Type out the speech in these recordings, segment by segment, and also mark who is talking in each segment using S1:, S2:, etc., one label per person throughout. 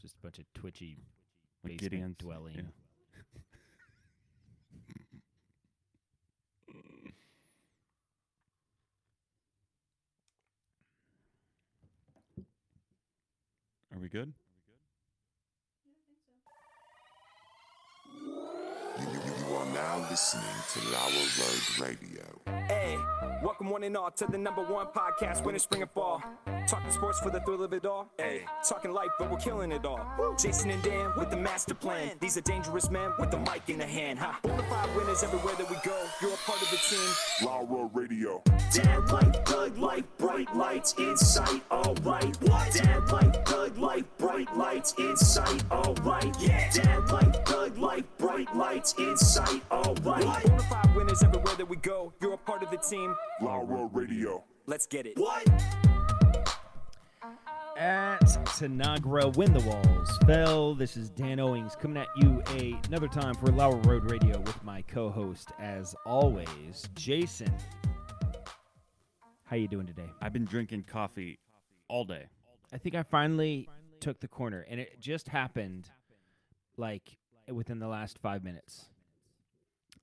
S1: just a bunch of twitchy
S2: Like
S1: basement
S2: Gideon's,
S1: dwelling.
S2: yeah. Are we good?
S3: You, you, you- you are now listening to Lower Road Radio.
S4: Hey, welcome one and all to the number one podcast, winter, spring, and fall. Talking sports for the thrill of it all. Hey, talking life, but we're killing it all. Jason and Dan with the master plan. These are dangerous men with the mic in the hand. Ha! Bona fide winners everywhere that we go. You're a part of the team.
S3: Lower Radio.
S4: Dad light, good light, bright lights in sight, alright. What? Dad light, good light, bright lights in sight, alright. Yeah. Dad light, good light, bright lights in sight, alright. Bona fide winners everywhere that we go. You're a part of the team.
S3: Lower Radio.
S4: Let's get it.
S1: At Tanagra, when the walls fell, this is Dan Owings coming at you a- another time for Lower Road Radio with my co-host, as always, Jason. How you doing today?
S2: I've been drinking coffee all day.
S1: I think I finally took the corner, and it just happened like within the last five minutes.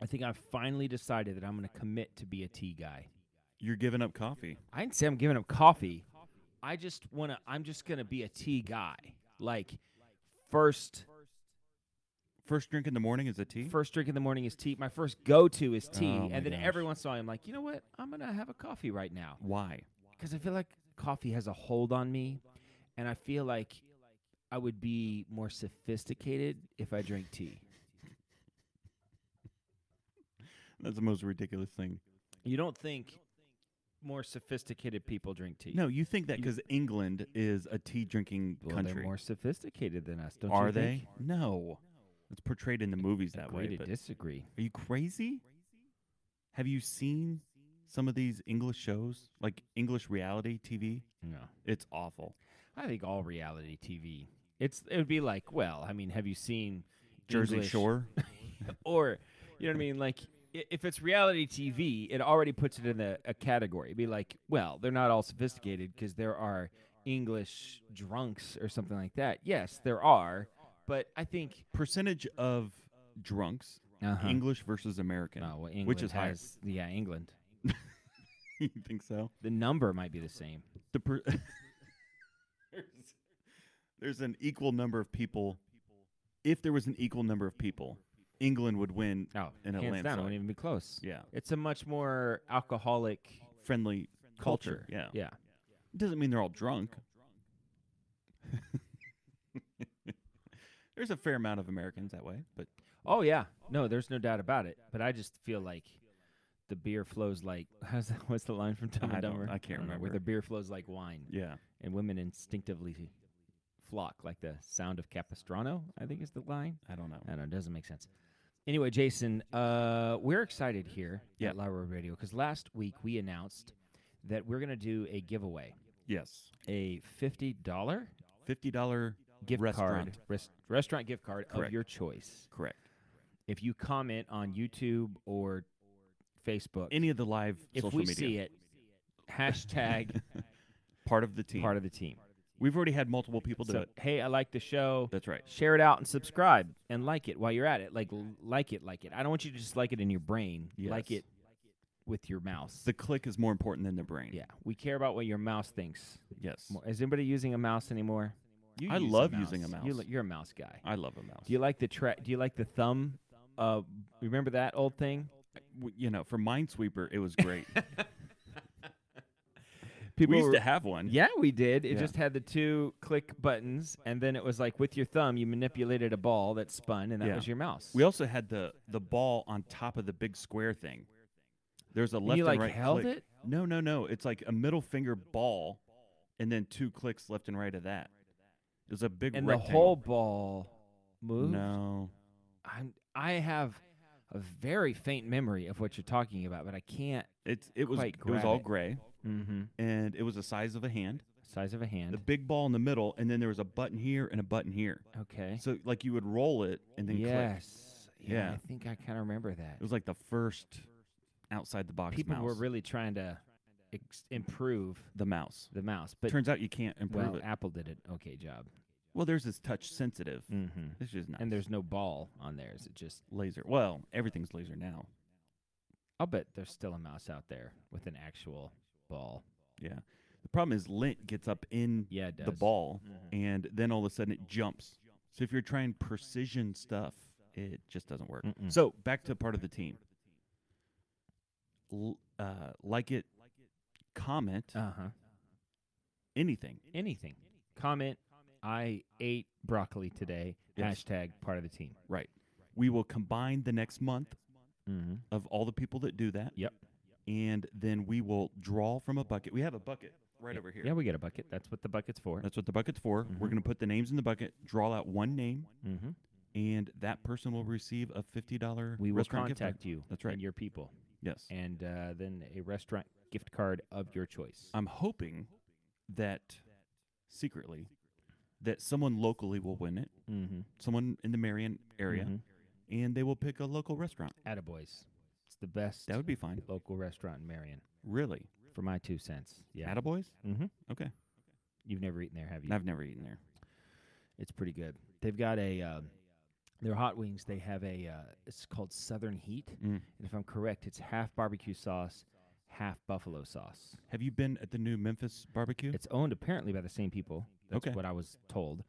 S1: I think I finally decided that I'm going to commit to be a tea guy.
S2: You're giving up coffee.
S1: I didn't say I'm giving up coffee. I just want to, I'm just going to be a tea guy. Like, first,
S2: First drink in the morning is a tea.
S1: first drink in the morning is tea. My first go to is tea.
S2: Oh my
S1: and then
S2: gosh.
S1: every once in a while, I'm like, you know what? I'm going to have a coffee right now.
S2: Why?
S1: because I feel like coffee has a hold on me, and I feel like I would be more sophisticated if I drank tea.
S2: That's the most ridiculous thing.
S1: You don't think more sophisticated people drink tea?
S2: No, you think that
S1: You-
S2: because England is a tea drinking
S1: well,
S2: country.
S1: they're more sophisticated than us, don't
S2: Are
S1: you
S2: they?
S1: think?
S2: No. It's portrayed in the movies that
S1: Agree
S2: way.
S1: to
S2: but-
S1: disagree.
S2: Are you crazy? Have you seen some of these English shows, like English reality TV?
S1: No,
S2: It's awful.
S1: I think all reality TV. It's it would be like, well, I mean, have you seen
S2: Jersey
S1: English-
S2: Shore.
S1: or you know what I mean? Like i- if it's reality TV, it already puts it in a, a category. It'd be like, well, they're not all sophisticated because there are English drunks or something like that. Yes, there are, but I think
S2: Percentage of drunks,
S1: Uh-huh.
S2: English versus American,
S1: no, oh, well, England
S2: which is higher.
S1: has yeah, England.
S2: you think so?
S1: The number might be the same.
S2: The per- There's- there's an equal number of people. If there was an equal number of people, England would win
S1: Oh,
S2: in
S1: hands down,
S2: a
S1: it
S2: landslide.
S1: wouldn't even be close.
S2: Yeah.
S1: it's a much more alcoholic
S2: friendly
S1: culture.
S2: Yeah.
S1: yeah.
S2: Doesn't mean they're all drunk. There's a fair amount of Americans that way, but
S1: Oh yeah, no, there's no doubt about it. But I just feel like the beer flows like how's that, what's the line from Dumb
S2: I
S1: and
S2: don't-
S1: Dumber?
S2: I can't
S1: don't know, Where the
S2: remember.
S1: beer flows like wine,
S2: yeah,
S1: and women instinctively flock like the sound of Capistrano. I think is the line.
S2: I don't know.
S1: I don't know. It doesn't make sense. Anyway, Jason, uh, we're excited here
S2: Yeah.
S1: at La Road Radio because last week we announced that we're going to do a giveaway,
S2: Yes,
S1: a fifty dollar
S2: fifty dollar
S1: gift
S2: restaurant.
S1: card, rest, restaurant gift card
S2: Correct.
S1: of your choice.
S2: Correct.
S1: if you comment on YouTube or Facebook,
S2: Any of the live
S1: if
S2: social
S1: we
S2: media.
S1: see it, hashtag
S2: part of the team.
S1: part of the team.
S2: We've already had multiple people do
S1: So,
S2: it.
S1: hey, I like the show.
S2: That's right.
S1: Share it out and subscribe and like it while you're at it. Like, l- like it, like it. I don't want you to just like it in your brain. Like
S2: Yes.
S1: it with your mouse.
S2: The click is more important than the brain.
S1: yeah, we care about what your mouse thinks.
S2: Yes.
S1: More- Is anybody using a mouse anymore? You
S2: I
S1: use
S2: love using a
S1: You,
S2: mouse.
S1: li- you're a mouse guy.
S2: I love a mouse.
S1: Do you like the tra- Do you like the thumb? Uh, remember that old thing?
S2: W- you know, for Minesweeper, it was great.
S1: People
S2: we used
S1: were-
S2: to have one.
S1: Yeah, we did. It
S2: Yeah.
S1: just had the two click buttons, and then it was like with your thumb, you manipulated a ball that spun, and that
S2: Yeah.
S1: was your mouse.
S2: We also had the the ball on top of the big square thing. There's a left and,
S1: like,
S2: right
S1: held
S2: click.
S1: it?
S2: No, no, no. It's like a middle finger ball, and then two clicks left and right of that. It was a big
S1: and the
S2: rectangle.
S1: whole ball moved.
S2: No,
S1: I'm, I have a very faint memory of what you're talking about, but I can't.
S2: it's it was
S1: Quite
S2: it was
S1: grab
S2: all
S1: it.
S2: gray,
S1: Mm-hmm.
S2: and it was the size of a hand.
S1: Size of a hand.
S2: The big ball in the middle, and then there was a button here and a button here.
S1: okay.
S2: So like you would roll it and then click.
S1: yes. Yeah,
S2: Yeah.
S1: I think I kind of remember that.
S2: It was like the first outside the box
S1: People
S2: mouse.
S1: were really trying to ex- improve
S2: the mouse.
S1: the mouse, but
S2: Turns out you can't improve
S1: well,
S2: it.
S1: Apple did an okay job.
S2: Well, theirs is touch sensitive.
S1: Mm-hmm.
S2: This is not.
S1: And there's no ball on theirs. It just
S2: laser. Well, everything's laser now.
S1: I'll bet there's still a mouse out there with an actual ball.
S2: Yeah. The problem is lint gets up in
S1: Yeah, it does.
S2: the ball, and then all of a sudden it jumps. So if you're trying precision stuff, it just doesn't work.
S1: Mm-mm.
S2: So back to part of the team. L- uh, like it, comment
S1: Uh huh.
S2: anything.
S1: Anything. Comment. I ate broccoli today.
S2: Yes.
S1: Hashtag part of the team.
S2: Right. We will combine the next month
S1: Mm-hmm.
S2: of all the people that do that.
S1: Yep.
S2: And then we will draw from a bucket. We have a bucket right over here.
S1: Yeah, we Mm-hmm. get a bucket. That's what the bucket's for.
S2: That's what the bucket's for. We're going to put the names in the bucket, draw out one name,
S1: Mm-hmm.
S2: and that person will receive a fifty dollar.
S1: We will
S2: restaurant gift card.
S1: contact you.
S2: That's right.
S1: And your people,
S2: Yes,
S1: and uh, then a restaurant gift card of your choice.
S2: I'm hoping that secretly that someone locally will win it,
S1: Mm-hmm.
S2: someone in the Marion area,
S1: Mhm.
S2: and they will pick a local restaurant.
S1: Attaboy's. It's the best
S2: That would be fine.
S1: local restaurant in Marion,
S2: Really,
S1: for my two cents. Yeah.
S2: Attaboy's?
S1: Mm-hmm.
S2: Okay,
S1: You've never eaten there, have you?
S2: I've never eaten there.
S1: It's pretty good. They've got a um, their hot wings. They have a uh, it's called Southern Heat,
S2: Mm.
S1: and if I'm correct, it's half barbecue sauce, half buffalo sauce.
S2: Have you been at the new Memphis barbecue?
S1: It's owned apparently by the same people. That's
S2: Okay.
S1: what I was told.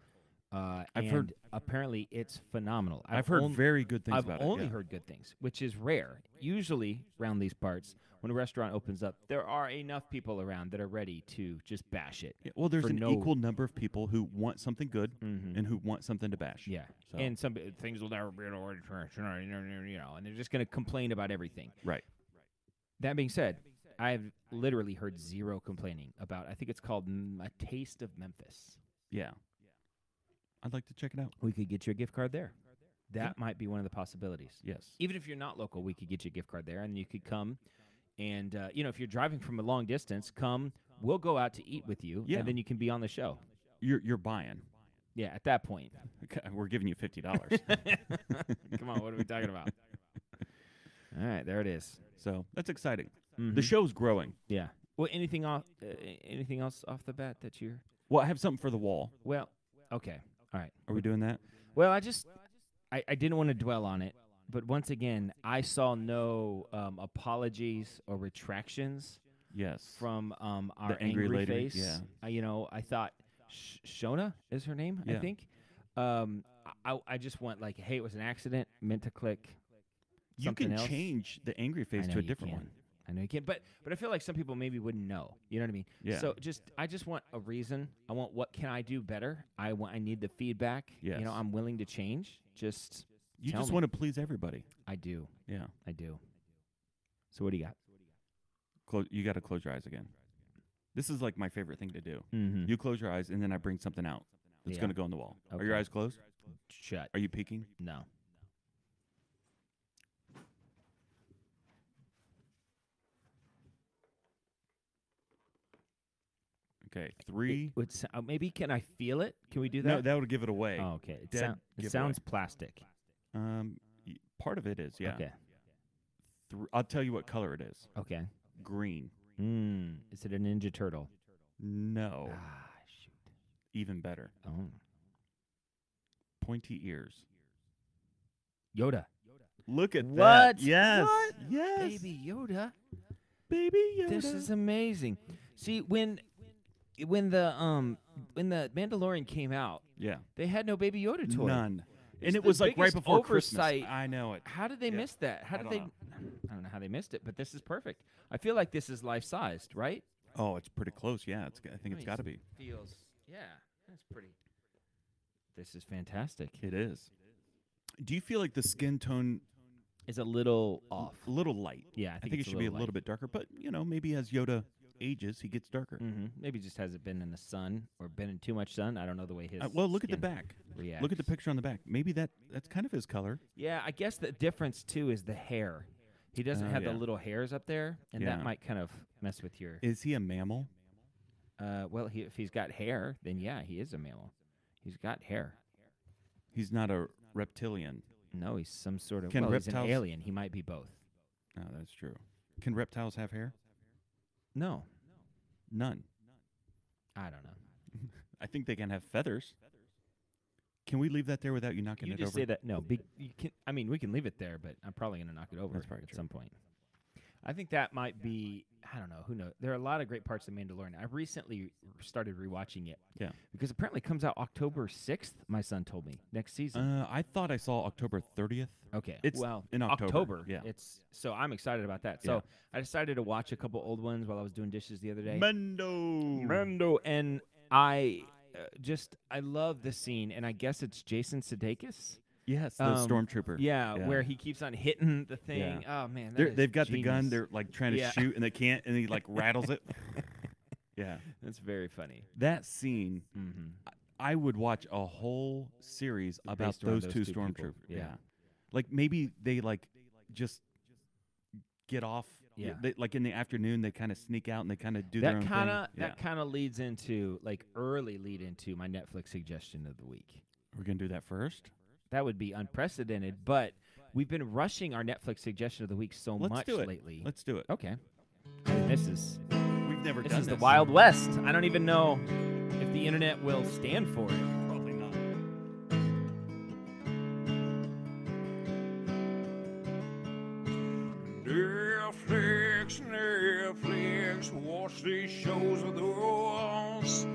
S1: Uh,
S2: I've
S1: and
S2: heard-
S1: apparently it's phenomenal.
S2: I've, heard
S1: only,
S2: very good things
S1: I've
S2: about
S1: only
S2: it. yeah.
S1: heard good things, which is rare. Usually around these parts, when a restaurant opens up, there are enough people around that are ready to just bash it.
S2: Yeah, well, there's
S1: for
S2: an
S1: no-
S2: equal number of people who want something good
S1: Mhm.
S2: and who want something to bash.
S1: Yeah.
S2: So-
S1: And some b- things will never be in order, you know, you know, and they're just going to complain about everything.
S2: Right.
S1: That being said, I've literally heard zero complaining about. I think it's called mm, a taste of Memphis.
S2: Yeah. I'd like to check it out.
S1: We could get you a gift card there. That might be one of the possibilities.
S2: Yes.
S1: Even if you're not local, we could get you a gift card there, and you could come. And uh, you know, if you're driving from a long distance, come. We'll go out to eat with you,
S2: Yeah.
S1: and then you can be on the show.
S2: You're you're buying.
S1: Yeah, at that point.
S2: Okay, We're giving you fifty dollars.
S1: Come on, what are we talking about? All right, there it is.
S2: so that's exciting. The
S1: Mhm.
S2: show's growing.
S1: Yeah. Well, anything off? Uh, anything else off the bat that you're?
S2: Well, I have something for the wall.
S1: Well, okay. All right.
S2: Are we doing that?
S1: Well, I just, I, I didn't want to dwell on it, but once again, I saw no um, apologies or retractions
S2: Yes.
S1: from um, our
S2: angry lady,
S1: face.
S2: yeah.
S1: I, you know, I thought Sh- Shona is her name. I
S2: Yeah.
S1: think. Um, I I- I just want like, hey, it was an accident. Meant to click.
S2: you
S1: something
S2: can
S1: else.
S2: change the angry
S1: I
S2: face
S1: know
S2: to a
S1: you
S2: different
S1: can.
S2: one.
S1: I know you can, but but I feel like some people maybe wouldn't know. You know what I mean?
S2: Yeah.
S1: So just I just want a reason. I want what can I do better? I want I need the feedback. You
S2: Yes.
S1: know, I'm willing to change. Just
S2: You
S1: Tell
S2: just
S1: me.
S2: want to please everybody.
S1: I do.
S2: Yeah.
S1: I do. So what do you got?
S2: Close. You got to close your eyes again. This is like my favorite thing to do.
S1: Mm-hmm.
S2: You close your eyes and then I bring something out that's
S1: Yeah.
S2: going to go on the wall. Are your
S1: Okay.
S2: eyes closed?
S1: Shut.
S2: Are you peeking?
S1: No.
S2: Okay. Three.
S1: It would sou- uh, maybe can I feel it? Can we do that?
S2: No, that would give it away.
S1: oh, okay. It,
S2: dead
S1: sound, it
S2: giveaway.
S1: sounds plastic.
S2: Um, y- part of it is yeah.
S1: Okay.
S2: Thr- I'll tell you what color it is.
S1: Okay.
S2: Green. Hmm.
S1: Mm. Is it a Ninja Turtle?
S2: No.
S1: Ah, shoot.
S2: Even better.
S1: Oh.
S2: Pointy ears.
S1: Yoda.
S2: Look at
S1: What?
S2: that. Yes.
S1: What?
S2: Yes.
S1: Baby Yoda.
S2: Baby Yoda.
S1: This is amazing. See, when when the um when the Mandalorian came out,
S2: yeah.
S1: they had no Baby Yoda toy.
S2: None.
S1: It's
S2: and it
S1: the
S2: was like right
S1: biggest
S2: before
S1: oversight.
S2: Christmas. I know it.
S1: How did they
S2: Yeah.
S1: miss that? How
S2: I
S1: did
S2: don't
S1: they?
S2: know.
S1: I don't know how they missed it, but this is perfect. I feel like this is life sized, right?
S2: Oh, it's pretty close. Yeah, it's. g- I think it's got to be.
S1: Feels. Yeah, that's pretty. This is fantastic.
S2: It is. Do you feel like the skin tone
S1: It's a little off.
S2: a little light?
S1: Yeah, I
S2: I
S1: think
S2: think,
S1: it's a
S2: it should be a
S1: little
S2: little
S1: light.
S2: bit darker, but you know, maybe as Yoda ages, he gets darker.
S1: hmm Maybe just hasn't been in the sun or been in too much sun. I don't know the way his.
S2: Uh, well, look at the
S1: skin
S2: back. Look
S1: reacts.
S2: at the picture on the back. Maybe that that's kind of his color.
S1: Yeah, I guess the difference too is the hair. He doesn't
S2: Oh,
S1: have
S2: yeah.
S1: the little hairs up there, and
S2: Yeah.
S1: that might kind of mess with your.
S2: Is he a mammal?
S1: Uh, well, he, if he's got hair, then yeah, he is a mammal. He's got hair.
S2: He's not a reptilian.
S1: No, he's some sort of.
S2: Can
S1: well, he's an
S2: reptiles-
S1: alien. He might be both.
S2: No, that's true. Can reptiles have hair?
S1: No,
S2: None.
S1: I don't know.
S2: I think they can have feathers. Can we leave that there without you knocking
S1: you
S2: it
S1: just
S2: over?
S1: say that. No, big. You can. I mean, we can leave it there, but I'm probably gonna knock it over
S2: probably
S1: at
S2: true.
S1: some point. I think that might be. I don't know. Who knows? There are a lot of great parts of Mandalorian. I recently started rewatching it.
S2: Yeah.
S1: Because apparently it comes out October sixth. My son told me next season.
S2: Uh, I thought I saw October 30th.
S1: okay.
S2: it's
S1: well
S2: in October, yeah.
S1: It's so I'm excited about that. So
S2: Yeah.
S1: I decided to watch a couple old ones while I was doing dishes the other day.
S2: Mendo.
S1: Mando and I uh, just I love the scene, and I guess it's Jason Sudeikis.
S2: Yes, the
S1: Um,
S2: stormtrooper.
S1: Yeah,
S2: Yeah.
S1: where he keeps on hitting the thing. Oh man, that
S2: They're,
S1: is
S2: they've got the gun.
S1: genius.
S2: They're like trying to
S1: Yeah.
S2: shoot, and they can't, and he like rattles it. yeah,
S1: That's very funny.
S2: that scene.
S1: hmm
S2: I would watch a whole series about
S1: Based around
S2: those,
S1: those
S2: two
S1: two people.
S2: stormtroopers.
S1: Yeah.
S2: like maybe they like just get off.
S1: Yeah.
S2: they, like in the afternoon, they kind of sneak out and they kind of do their
S1: That
S2: own
S1: kind of
S2: thing. Yeah.
S1: that kind of leads into like early lead into my Netflix suggestion of the week.
S2: We're gonna do that first.
S1: That would be unprecedented, but we've been rushing our Netflix suggestion of the week so
S2: Let's
S1: much
S2: do it.
S1: lately.
S2: Let's do it.
S1: okay, And this is
S2: We've never
S1: this
S2: done
S1: is the
S2: this.
S1: Wild West. I don't even know if the internet will stand for it.
S2: Probably not.
S5: Netflix, Netflix, watch these shows of those.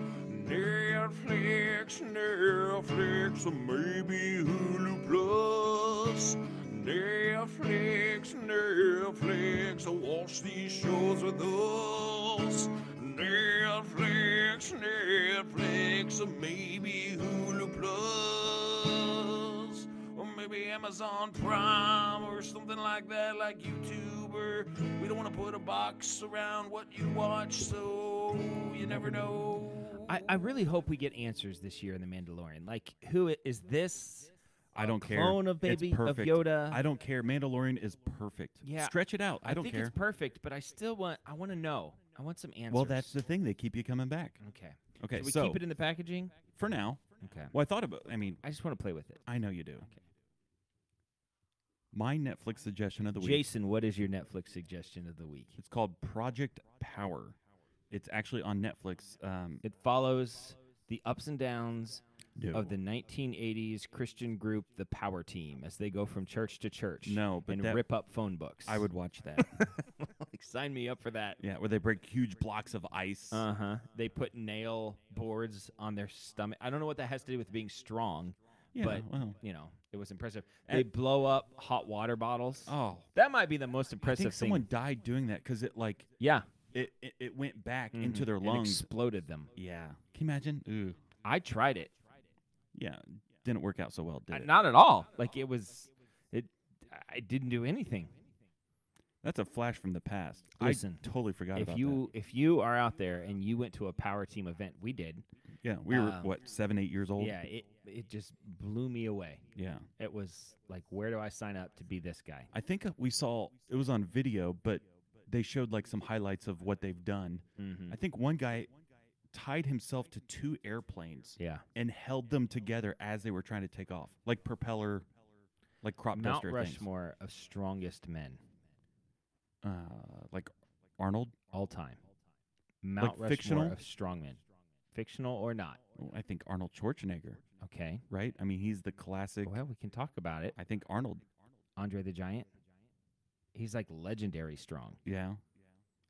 S5: Netflix, Netflix, or maybe Hulu Plus. Netflix, Netflix, watch these shows of those. Netflix, Netflix, or maybe Hulu Plus, or maybe Amazon Prime or something like that, like YouTube. Or we don't want to put a box around what you watch, so you never know.
S1: I, I really hope we get answers this year in the Mandalorian. Like, who i- is this?
S2: I
S1: a
S2: don't care.
S1: Clone of
S2: It's
S1: baby of
S2: perfect.
S1: Yoda.
S2: I don't care. Mandalorian is perfect.
S1: Yeah.
S2: Stretch it out. I, don't
S1: think
S2: care.
S1: it's perfect, but I still want. I want to know. I want some answers.
S2: well, that's the thing. They keep you coming back.
S1: okay.
S2: Okay,
S1: Should Mm-hmm. we
S2: so
S1: keep it in the packaging?
S2: for now,
S1: Okay.
S2: well, I thought about. I mean,
S1: I just want to play with it.
S2: I know you do. My Netflix suggestion of the week.
S1: Jason, what is your Netflix suggestion of the week?
S2: It's called Project Power. It's actually on Netflix. Um,
S1: It follows the ups and downs
S2: no.
S1: of the 1980s Christian group, the Power Team, as they go from church to church.
S2: No, but
S1: and
S2: that-
S1: rip up phone books.
S2: I would watch that.
S1: like, sign me up for that.
S2: yeah, where they break huge blocks of ice.
S1: Uh huh. They put nail boards on their stomach. I don't know what that has to do with being strong,
S2: yeah,
S1: but
S2: well,
S1: you know, it was impressive. They blow up hot water bottles.
S2: Eh. oh,
S1: that might be the most
S2: I
S1: impressive
S2: think
S1: thing.
S2: someone died doing that because it like
S1: yeah,
S2: it, it, it went back
S1: mhm,
S2: into their
S1: and
S2: lungs.
S1: exploded them.
S2: yeah, can you imagine? Ooh,
S1: I tried it.
S2: yeah, didn't work out so well, did
S1: Uh,
S2: it?
S1: Not at all. Like it was, it. I didn't do anything.
S2: That's a flash from the past.
S1: Listen,
S2: I totally forgot
S1: If
S2: about
S1: you if you are out there and you went to a power team event, we did.
S2: that. Yeah, we were
S1: uh,
S2: what seven, eight years old.
S1: Yeah, it it just blew me away.
S2: yeah.
S1: It was like, where do I sign up to be this guy?
S2: I think uh, we saw it was on video, but they showed like some highlights of what they've done.
S1: Mm-hmm.
S2: I think one guy tied himself to two airplanes
S1: Yeah.
S2: and held them together as they were trying to take off, like propeller, like crop
S1: Mount
S2: duster
S1: Rushmore of strongest men
S2: things. Uh, like Arnold.
S1: all time. Mount Rushmore
S2: fictional?
S1: of strongmen, fictional or not.
S2: Oh, I think Arnold Schwarzenegger,
S1: Okay.
S2: right? I mean, he's the classic.
S1: Well, we can talk about it.
S2: I think Arnold.
S1: Andre the Giant. He's like legendary strong.
S2: Yeah,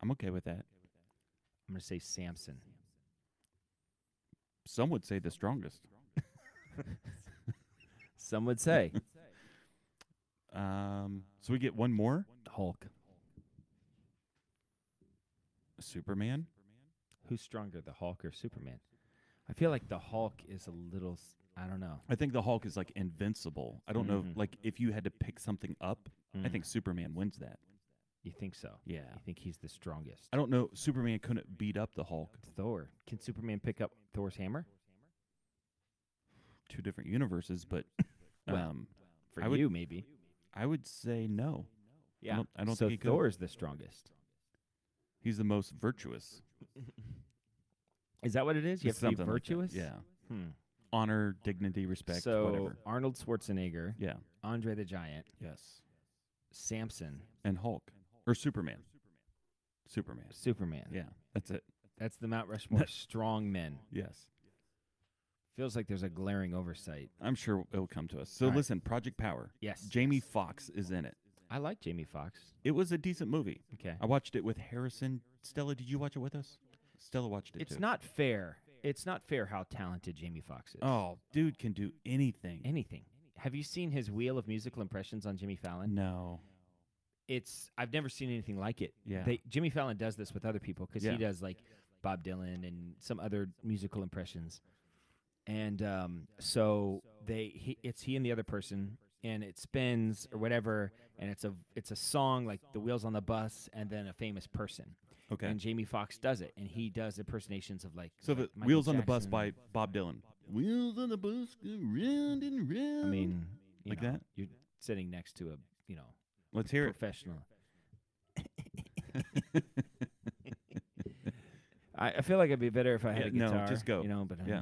S2: I'm okay with that.
S1: I'm gonna say Samson.
S2: Some would say the strongest.
S1: Some would say
S2: Um, so we get one more
S1: Hulk.
S2: Superman.
S1: Who's stronger, the Hulk or Superman? I feel like the Hulk is a little. s- I don't know.
S2: I think the Hulk is like invincible. I don't know,
S1: Mhm.
S2: like if you had to pick something up, I
S1: Mm.
S2: think Superman wins that.
S1: You think so?
S2: Yeah.
S1: You think he's the strongest?
S2: I don't know. Superman couldn't beat up the Hulk.
S1: Thor. Can Superman pick up Thor's hammer?
S2: Two different universes, but um,
S1: Well, For
S2: I would-
S1: you, maybe.
S2: I would say no.
S1: Yeah.
S2: don't- I don't
S1: so
S2: think he could.
S1: Thor is the strongest.
S2: He's the most virtuous.
S1: Is that what it is? You have to be
S2: Something like that.
S1: virtuous.
S2: yeah.
S1: Hmm.
S2: Honor, dignity, respect,
S1: so
S2: whatever.
S1: Arnold Schwarzenegger,
S2: Yeah.
S1: Andre the Giant,
S2: Yes.
S1: Samson,
S2: And Hulk or Superman. Superman.
S1: Superman.
S2: Yeah. That's it.
S1: That's the Mount Rushmore of strong men.
S2: Yes.
S1: Feels like there's a glaring oversight.
S2: I'm sure it'll come to us. So
S1: All right.
S2: listen, Project Power.
S1: Yes.
S2: Jamie Foxx is in it.
S1: I like Jamie Foxx.
S2: It was a decent movie.
S1: Okay.
S2: I watched it with Harrison. Stella, did you watch it with us? Stella watched it
S1: It's
S2: too.
S1: not fair. It's not fair how talented Jamie Foxx is.
S2: Oh, dude can do anything.
S1: Anything. Have you seen his Wheel of Musical Impressions on Jimmy Fallon?
S2: no.
S1: It's I've never seen anything like it.
S2: Yeah.
S1: They, Jimmy Fallon does this with other people because
S2: Yeah.
S1: he does like Bob Dylan and some other musical impressions. And um, so they he, it's he and the other person and it spins or whatever and it's a it's a song like the wheels on the bus and then a famous person.
S2: Okay.
S1: And Jamie Foxx does it and he does impersonations of like
S2: so the
S1: like Michael
S2: Wheels on the Bus
S1: Jackson.
S2: by Bob Dylan. Wheels on the bus go round and round.
S1: I mean, you
S2: Like
S1: know,
S2: that?
S1: You're sitting next to a you know
S2: let's hear it.
S1: professional. I, I feel like it'd be better if I had
S2: Yeah,
S1: a
S2: no,
S1: guitar.
S2: just go.
S1: You know, but
S2: Yeah.
S1: uh,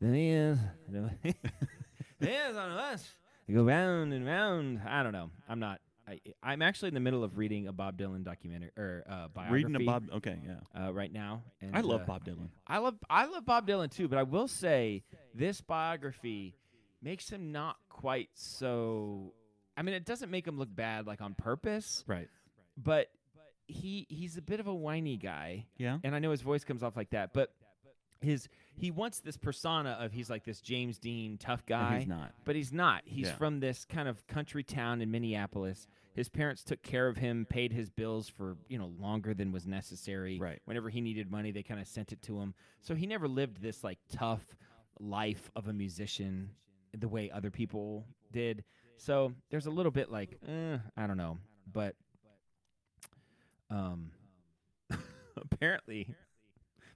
S1: the wheels, the wheels on us go round and round. I don't know. I'm not. I, I'm actually in the middle of reading a Bob Dylan documentary or uh, biography
S2: Reading a Bob. Okay, yeah.
S1: uh, right now. And,
S2: I love
S1: uh,
S2: Bob Dylan.
S1: I love I love Bob Dylan too, but I will say this biography makes him not quite so. I mean, it doesn't make him look bad like on purpose,
S2: Right.
S1: but he he's a bit of a whiny guy,
S2: Yeah.
S1: and I know his voice comes off like that, but his he wants this persona of he's like this James Dean tough
S2: And
S1: guy,
S2: he's not.
S1: but he's not. He's
S2: Yeah.
S1: from this kind of country town in Minneapolis. His parents took care of him, paid his bills for, you know, longer than was necessary.
S2: Right.
S1: Whenever he needed money, they kind of sent it to him. So he never lived this like tough life of a musician the way other people did. So there's a little bit like, eh, I don't know, but um apparently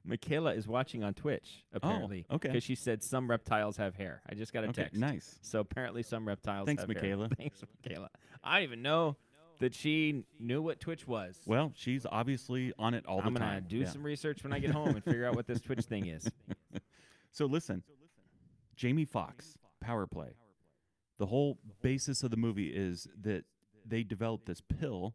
S1: Michaela is watching on Twitch apparently
S2: Oh, okay.
S1: because she said some reptiles have hair. I just got a
S2: Okay,
S1: text.
S2: nice.
S1: So apparently some reptiles.
S2: Thanks,
S1: have hair.
S2: Michaela.
S1: Thanks, Michaela. I don't even know that she knew what Twitch was.
S2: Well, she's obviously on it all the
S1: I'm gonna
S2: time.
S1: do
S2: Yeah.
S1: some research when I get home and figure out what this Twitch thing is.
S2: So listen, Jamie Foxx, power play. The whole basis of the movie is that they develop this pill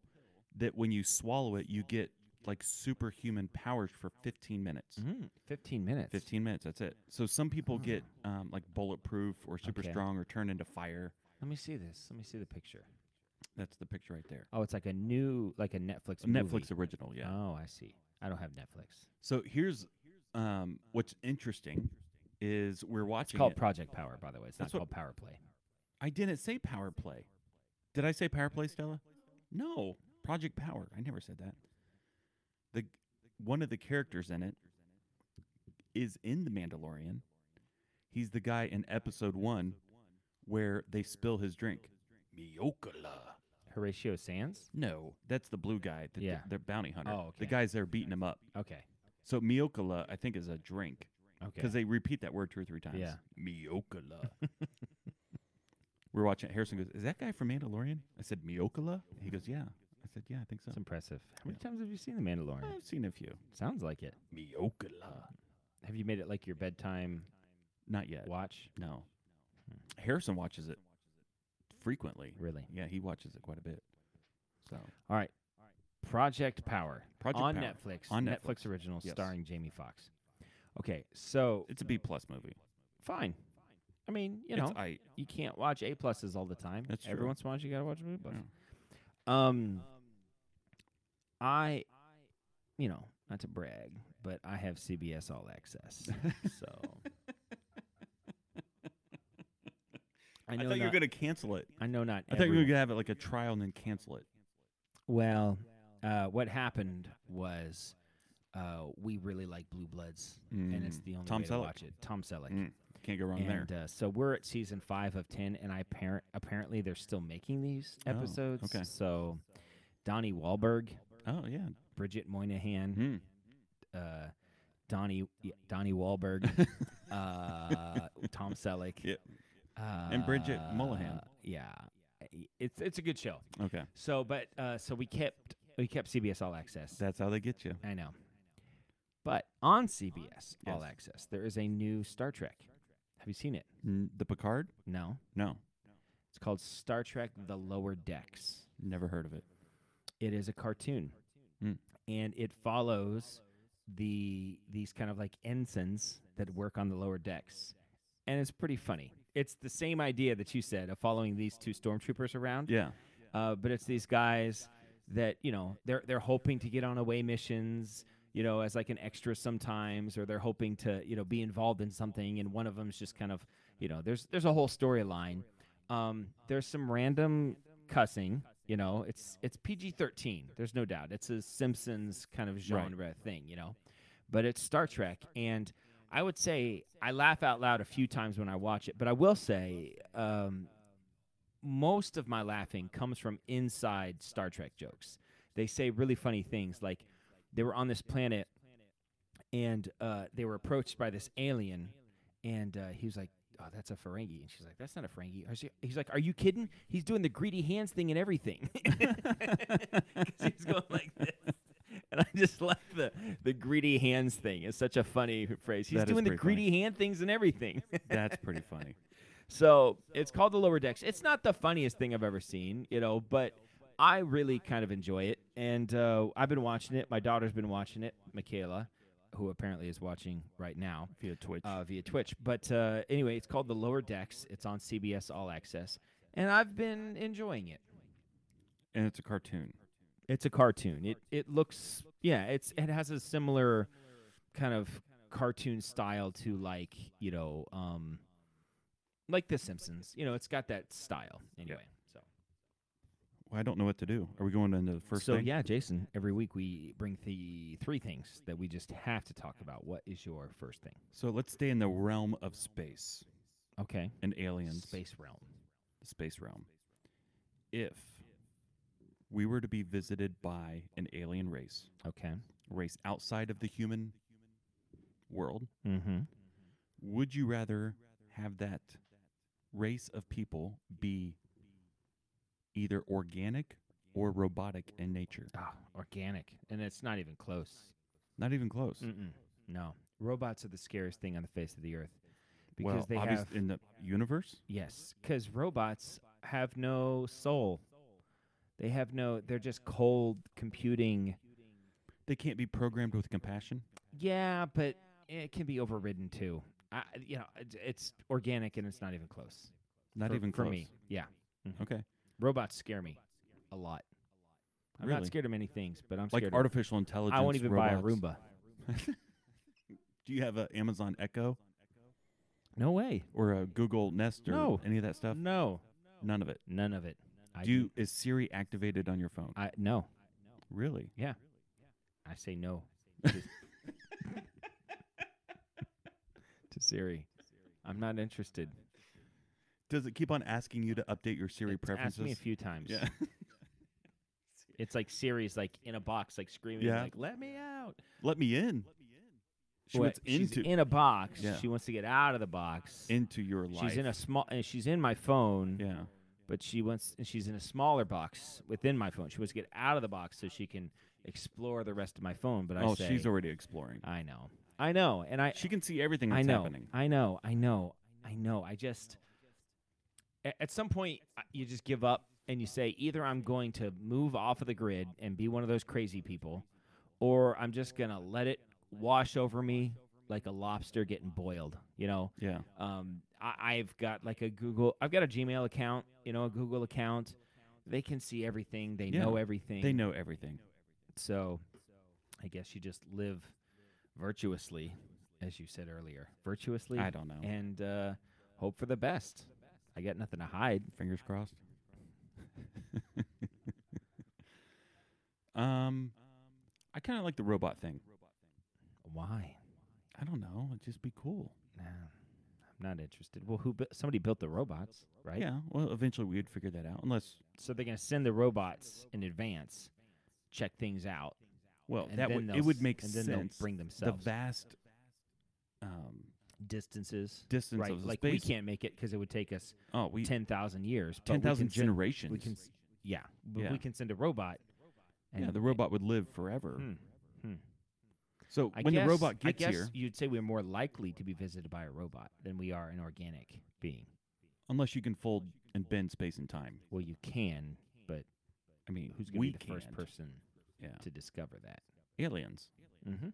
S2: that when you swallow it, you get like superhuman powers for 15 minutes.
S1: Mm, 15 minutes.
S2: 15 minutes, that's it. So some people get um, like bulletproof or super
S1: Ah. Okay.
S2: strong or turn into fire.
S1: Let me see this. Let me see the picture.
S2: That's the picture right there.
S1: Oh, it's like a new, like a Netflix.
S2: A Netflix
S1: movie.
S2: original, yeah.
S1: Oh, I see. I don't have Netflix.
S2: So here's um, what's interesting is we're
S1: It's
S2: watching
S1: called
S2: it.
S1: Project Power, by the way. It's not
S2: That's what-
S1: called Power Play.
S2: I didn't say power play. Did I say power play, Stella? No, Project Power. I never said that. The g- one of the characters in it is in The Mandalorian. He's the guy in episode 1 where they spill his drink. Miokala.
S1: Horatio Sands.
S2: No, that's the blue guy, the,
S1: Yeah.
S2: the, the bounty hunter.
S1: Oh,
S2: The
S1: okay.
S2: guys there beating him up.
S1: Okay.
S2: So Miokala, I think is a drink
S1: Okay.
S2: because they repeat that word two or three times.
S1: Yeah.
S2: Miokala. We're watching. it. Harrison goes, "Is that guy from Mandalorian?" I said, "Miokala." He goes, "Yeah." I said, "Yeah, I think so."
S1: It's impressive. How many times have you seen The Mandalorian?
S2: I've seen a few.
S1: Sounds like it.
S2: Miokala.
S1: Have you made it like your bedtime
S2: Not yet.
S1: watch?
S2: No. Harrison watches it frequently.
S1: Really?
S2: Yeah, he watches it quite a bit. So
S1: All right. Project Power
S2: Project
S1: on
S2: Power.
S1: Netflix.
S2: On
S1: Netflix,
S2: Netflix.
S1: original
S2: Yes.
S1: starring Jamie Foxx. Okay, so
S2: it's a B plus movie.
S1: fine. I mean, you
S2: It's
S1: know,
S2: I-
S1: you can't watch A pluses all the time.
S2: That's
S1: Every
S2: true.
S1: once in a while, you gotta watch a B plus. Um, I, you know, not to brag, but I have CBS All Access, so I
S2: I,
S1: know
S2: thought you were
S1: not-
S2: gonna cancel it.
S1: I know not.
S2: I thought you were
S1: everyone-
S2: gonna have it like a trial and then cancel it.
S1: Well, uh, what happened was uh, we really like Blue Bloods, and it's
S2: Mm.
S1: the only
S2: Tom
S1: way to
S2: Selleck.
S1: watch it. Tom Selleck.
S2: Mm, Can't go wrong there.
S1: And uh, so we're at season five of ten, and I apparent apparently they're still making these
S2: Oh,
S1: episodes.
S2: okay.
S1: So Donnie Wahlberg,
S2: Oh yeah.
S1: Bridget Moynihan,
S2: Mm.
S1: uh, Donnie yeah, Donnie Wahlberg, uh, Tom Selleck,
S2: Yeah. And Bridget Mullihan.
S1: uh, Yeah, it's it's a good show.
S2: Okay.
S1: So, but uh, so we kept we kept CBS All Access.
S2: That's how they get you.
S1: I know. But on CBS All Access, there is a new Star Trek. Have you seen it?
S2: N- The Picard?
S1: No.
S2: No,
S1: It's called Star Trek The Lower Decks.
S2: never heard of it.
S1: It is a cartoon.
S2: Hmm.
S1: And it follows the these kind of like ensigns that work on the lower decks and it's pretty funny. It's the same idea that you said of following these two stormtroopers around.
S2: Yeah.
S1: Uh, but it's these guys that you know they're they're hoping to get on away missions, you know, as like an extra sometimes, or they're hoping to you know be involved in something. And one of them's just kind of you know there's there's a whole storyline. Um, there's some random cussing. You know, it's it's PG-13. There's no doubt. It's a Simpsons kind of genre thing. You know, but it's Star Trek, and I would say I laugh out loud a few times when I watch it. But I will say, um, most of my laughing comes from inside Star Trek jokes. They say really funny things like they were on this planet and uh, they were approached by this alien, and uh, he was like, "Oh, that's a Ferengi," and she's like, "That's not a Ferengi." Or she- He's like, "Are you kidding? He's doing the greedy hands thing and everything." 'Cause he's going like this. And I just like the, the greedy hands thing. It's such a funny phrase. He's
S2: That is
S1: doing the
S2: pretty funny.
S1: greedy hand things and everything.
S2: That's pretty funny.
S1: So it's called the Lower Decks. It's not the funniest thing I've ever seen, you know, but I really kind of enjoy it. And uh, I've been watching it. My daughter's been watching it, Michaela, who apparently is watching right now
S2: Via Twitch.
S1: uh, via Twitch. But uh, anyway, it's called the Lower Decks. It's on CBS All Access, and I've been enjoying it.
S2: and it's a cartoon.
S1: It's a cartoon. It it looks yeah. It's it has a similar kind of cartoon style to like you know um like The Simpsons. You know, it's got that style anyway. So
S2: Well, I don't know what to do. Are we going into the first
S1: so
S2: thing?
S1: yeah, Jason. Every week we bring the three things that we just have to talk about. What is your first thing?
S2: So let's stay in the realm of space
S1: Okay,
S2: and aliens.
S1: space realm.
S2: The space realm. If we were to be visited by an alien race,
S1: Okay.
S2: race outside of the human world,
S1: Mm-hmm.
S2: would you rather have that race of people be either organic or robotic in nature?
S1: Ah, organic, and it's not even close.
S2: Not even close.
S1: Mm-mm. No, robots are the scariest thing on the face of the earth because
S2: well,
S1: they
S2: obvious-
S1: have
S2: in the universe.
S1: yes, because robots have no soul. They have no. They're just cold computing.
S2: They can't be programmed with compassion.
S1: Yeah, but it can be overridden too. I, you know, it's- it's organic and it's not even close.
S2: Not
S1: for,
S2: even
S1: for
S2: close.
S1: me. Yeah,
S2: Okay.
S1: robots scare me a lot. I'm not
S2: Really?
S1: scared of many things, but I'm
S2: like
S1: scared. of,
S2: artificial intelligence.
S1: I won't even buy a
S2: robots.
S1: Roomba.
S2: Do you have an Amazon Echo
S1: No way.
S2: or a Google Nest or
S1: No.
S2: any of that stuff?
S1: No,
S2: None of it.
S1: none of it. I
S2: Do you, is Siri activated on your phone?
S1: I no.
S2: really?
S1: Yeah. I say no to, to Siri. I'm not interested.
S2: Does it keep on asking you to update your Siri
S1: It's
S2: preferences?
S1: asked me a few times.
S2: yeah.
S1: It's like Siri's like in a box, like screaming,
S2: Yeah.
S1: like "Let me out!"
S2: Let me in. She
S1: Wait,
S2: wants
S1: she's
S2: into
S1: in a box.
S2: Yeah.
S1: She wants to get out of the box.
S2: into your life.
S1: she's in a small. And she's in my phone,
S2: yeah.
S1: but she wants. And she's in a smaller box within my phone. She wants to get out of the box so she can explore the rest of my phone. But I
S2: oh,
S1: say,
S2: she's already exploring.
S1: I know, I know, and I
S2: she can see everything that's
S1: I know,
S2: happening.
S1: I know, I know, I know. I just a- at some point I- you just give up and you say either I'm going to move off of the grid and be one of those crazy people, or I'm just gonna let it wash over me like a lobster getting boiled. You know,
S2: Yeah.
S1: um, I, I've got like a Google, I've got a Gmail account, you know, a Google account. They can see everything. They
S2: Yeah,
S1: know everything.
S2: They know everything.
S1: So I guess you just live virtuously, as you said earlier. Virtuously?
S2: I don't know.
S1: And uh, hope for the best. I got nothing to hide.
S2: Fingers crossed. um, I kind of like the robot thing.
S1: Why?
S2: I don't know. It'd just be cool.
S1: Nah, I'm not interested. Well, who bu- somebody built the robots, right?
S2: Yeah. Well, eventually we'd figure that out. Unless,
S1: So they're going to send the robots in advance, check things out.
S2: well,
S1: And
S2: that
S1: then
S2: would
S1: they'll
S2: it would
S1: s-
S2: make
S1: and then
S2: sense.
S1: they'll bring themselves.
S2: the vast um,
S1: Distances.
S2: distance
S1: Right.
S2: of the
S1: Like
S2: space.
S1: we can't make it because it would take us
S2: Oh, we
S1: 10,000 years. but we
S2: ten thousand
S1: can send-
S2: generations.
S1: We can, s- yeah, but
S2: Yeah.
S1: we can send a robot.
S2: yeah,
S1: and-
S2: the robot would live forever.
S1: Hmm, hmm.
S2: So
S1: I
S2: when
S1: guess,
S2: the robot
S1: I
S2: gets
S1: guess
S2: here,
S1: you'd say we're more likely to be visited by a robot than we are an organic being.
S2: unless you can fold and bend space and time.
S1: Well, you can, but
S2: I mean,
S1: who's going
S2: we
S1: to be the first
S2: can't.
S1: person
S2: Yeah,
S1: to discover that?
S2: aliens.
S1: Mm-hmm.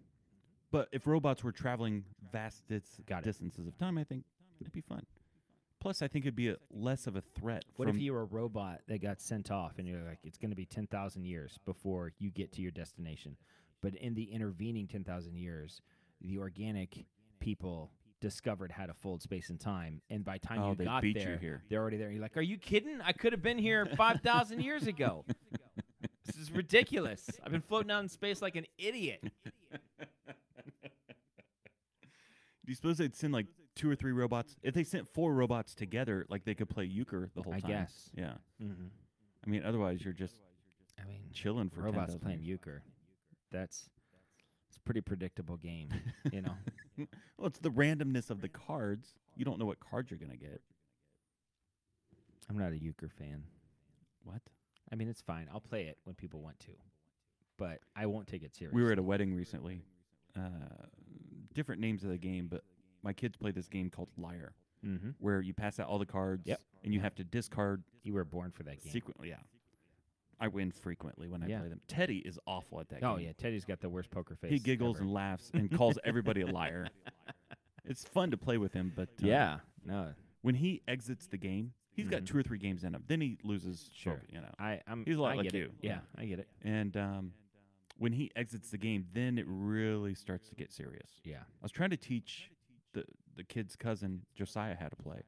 S2: But if robots were traveling vast dis-
S1: Got it.
S2: distances of time, I think That'd be fun. Plus, I think it'd be a, less of a threat.
S1: What if
S2: from-
S1: you were a robot that got sent off and you're like, it's going to be 10,000 years before you get to your destination? But in the intervening 10,000 years, the organic people discovered how to fold space and time. And by the time
S2: Oh,
S1: you
S2: they
S1: got
S2: beat you
S1: there,
S2: here.
S1: they're already there. You're like, are you kidding? I could have been here 5,000 years ago. This is ridiculous. I've been floating out in space like an idiot.
S2: Do you suppose they'd send like two or three robots? If they sent four robots together, like they could play euchre the whole
S1: I
S2: time.
S1: guess.
S2: Yeah.
S1: Mm-hmm.
S2: I mean, otherwise you're just
S1: I mean,
S2: chilling for
S1: robots
S2: 10,000
S1: playing
S2: years.
S1: euchre. That's it's a pretty predictable game, you know.
S2: Well, it's the randomness of the cards. You don't know what cards you're gonna get.
S1: I'm not a euchre fan.
S2: What?
S1: I mean, it's fine. I'll play it when people want to, but I won't take it seriously.
S2: We were at a wedding recently. Uh, different names of the game, but my kids play this game called Liar,
S1: Mm-hmm.
S2: where you pass out all the cards and you have to discard
S1: You were born for that game.
S2: sequently. Yeah. I win frequently when I
S1: Yeah.
S2: play them. Teddy is awful at that
S1: oh
S2: game.
S1: yeah, Teddy's got the worst poker face.
S2: He giggles
S1: ever.
S2: and laughs and calls everybody a liar. It's fun to play with him, but uh,
S1: yeah, no,
S2: when he exits the game, he's got two or three games in him. Then he loses,
S1: Sure.
S2: focus, you know.
S1: I, I'm.
S2: He's a lot
S1: I
S2: like
S1: get it.
S2: you.
S1: Yeah, I get it.
S2: And um, when he exits the game, then it really starts to get serious.
S1: Yeah,
S2: I was trying to teach the the kid's cousin Josiah how to play.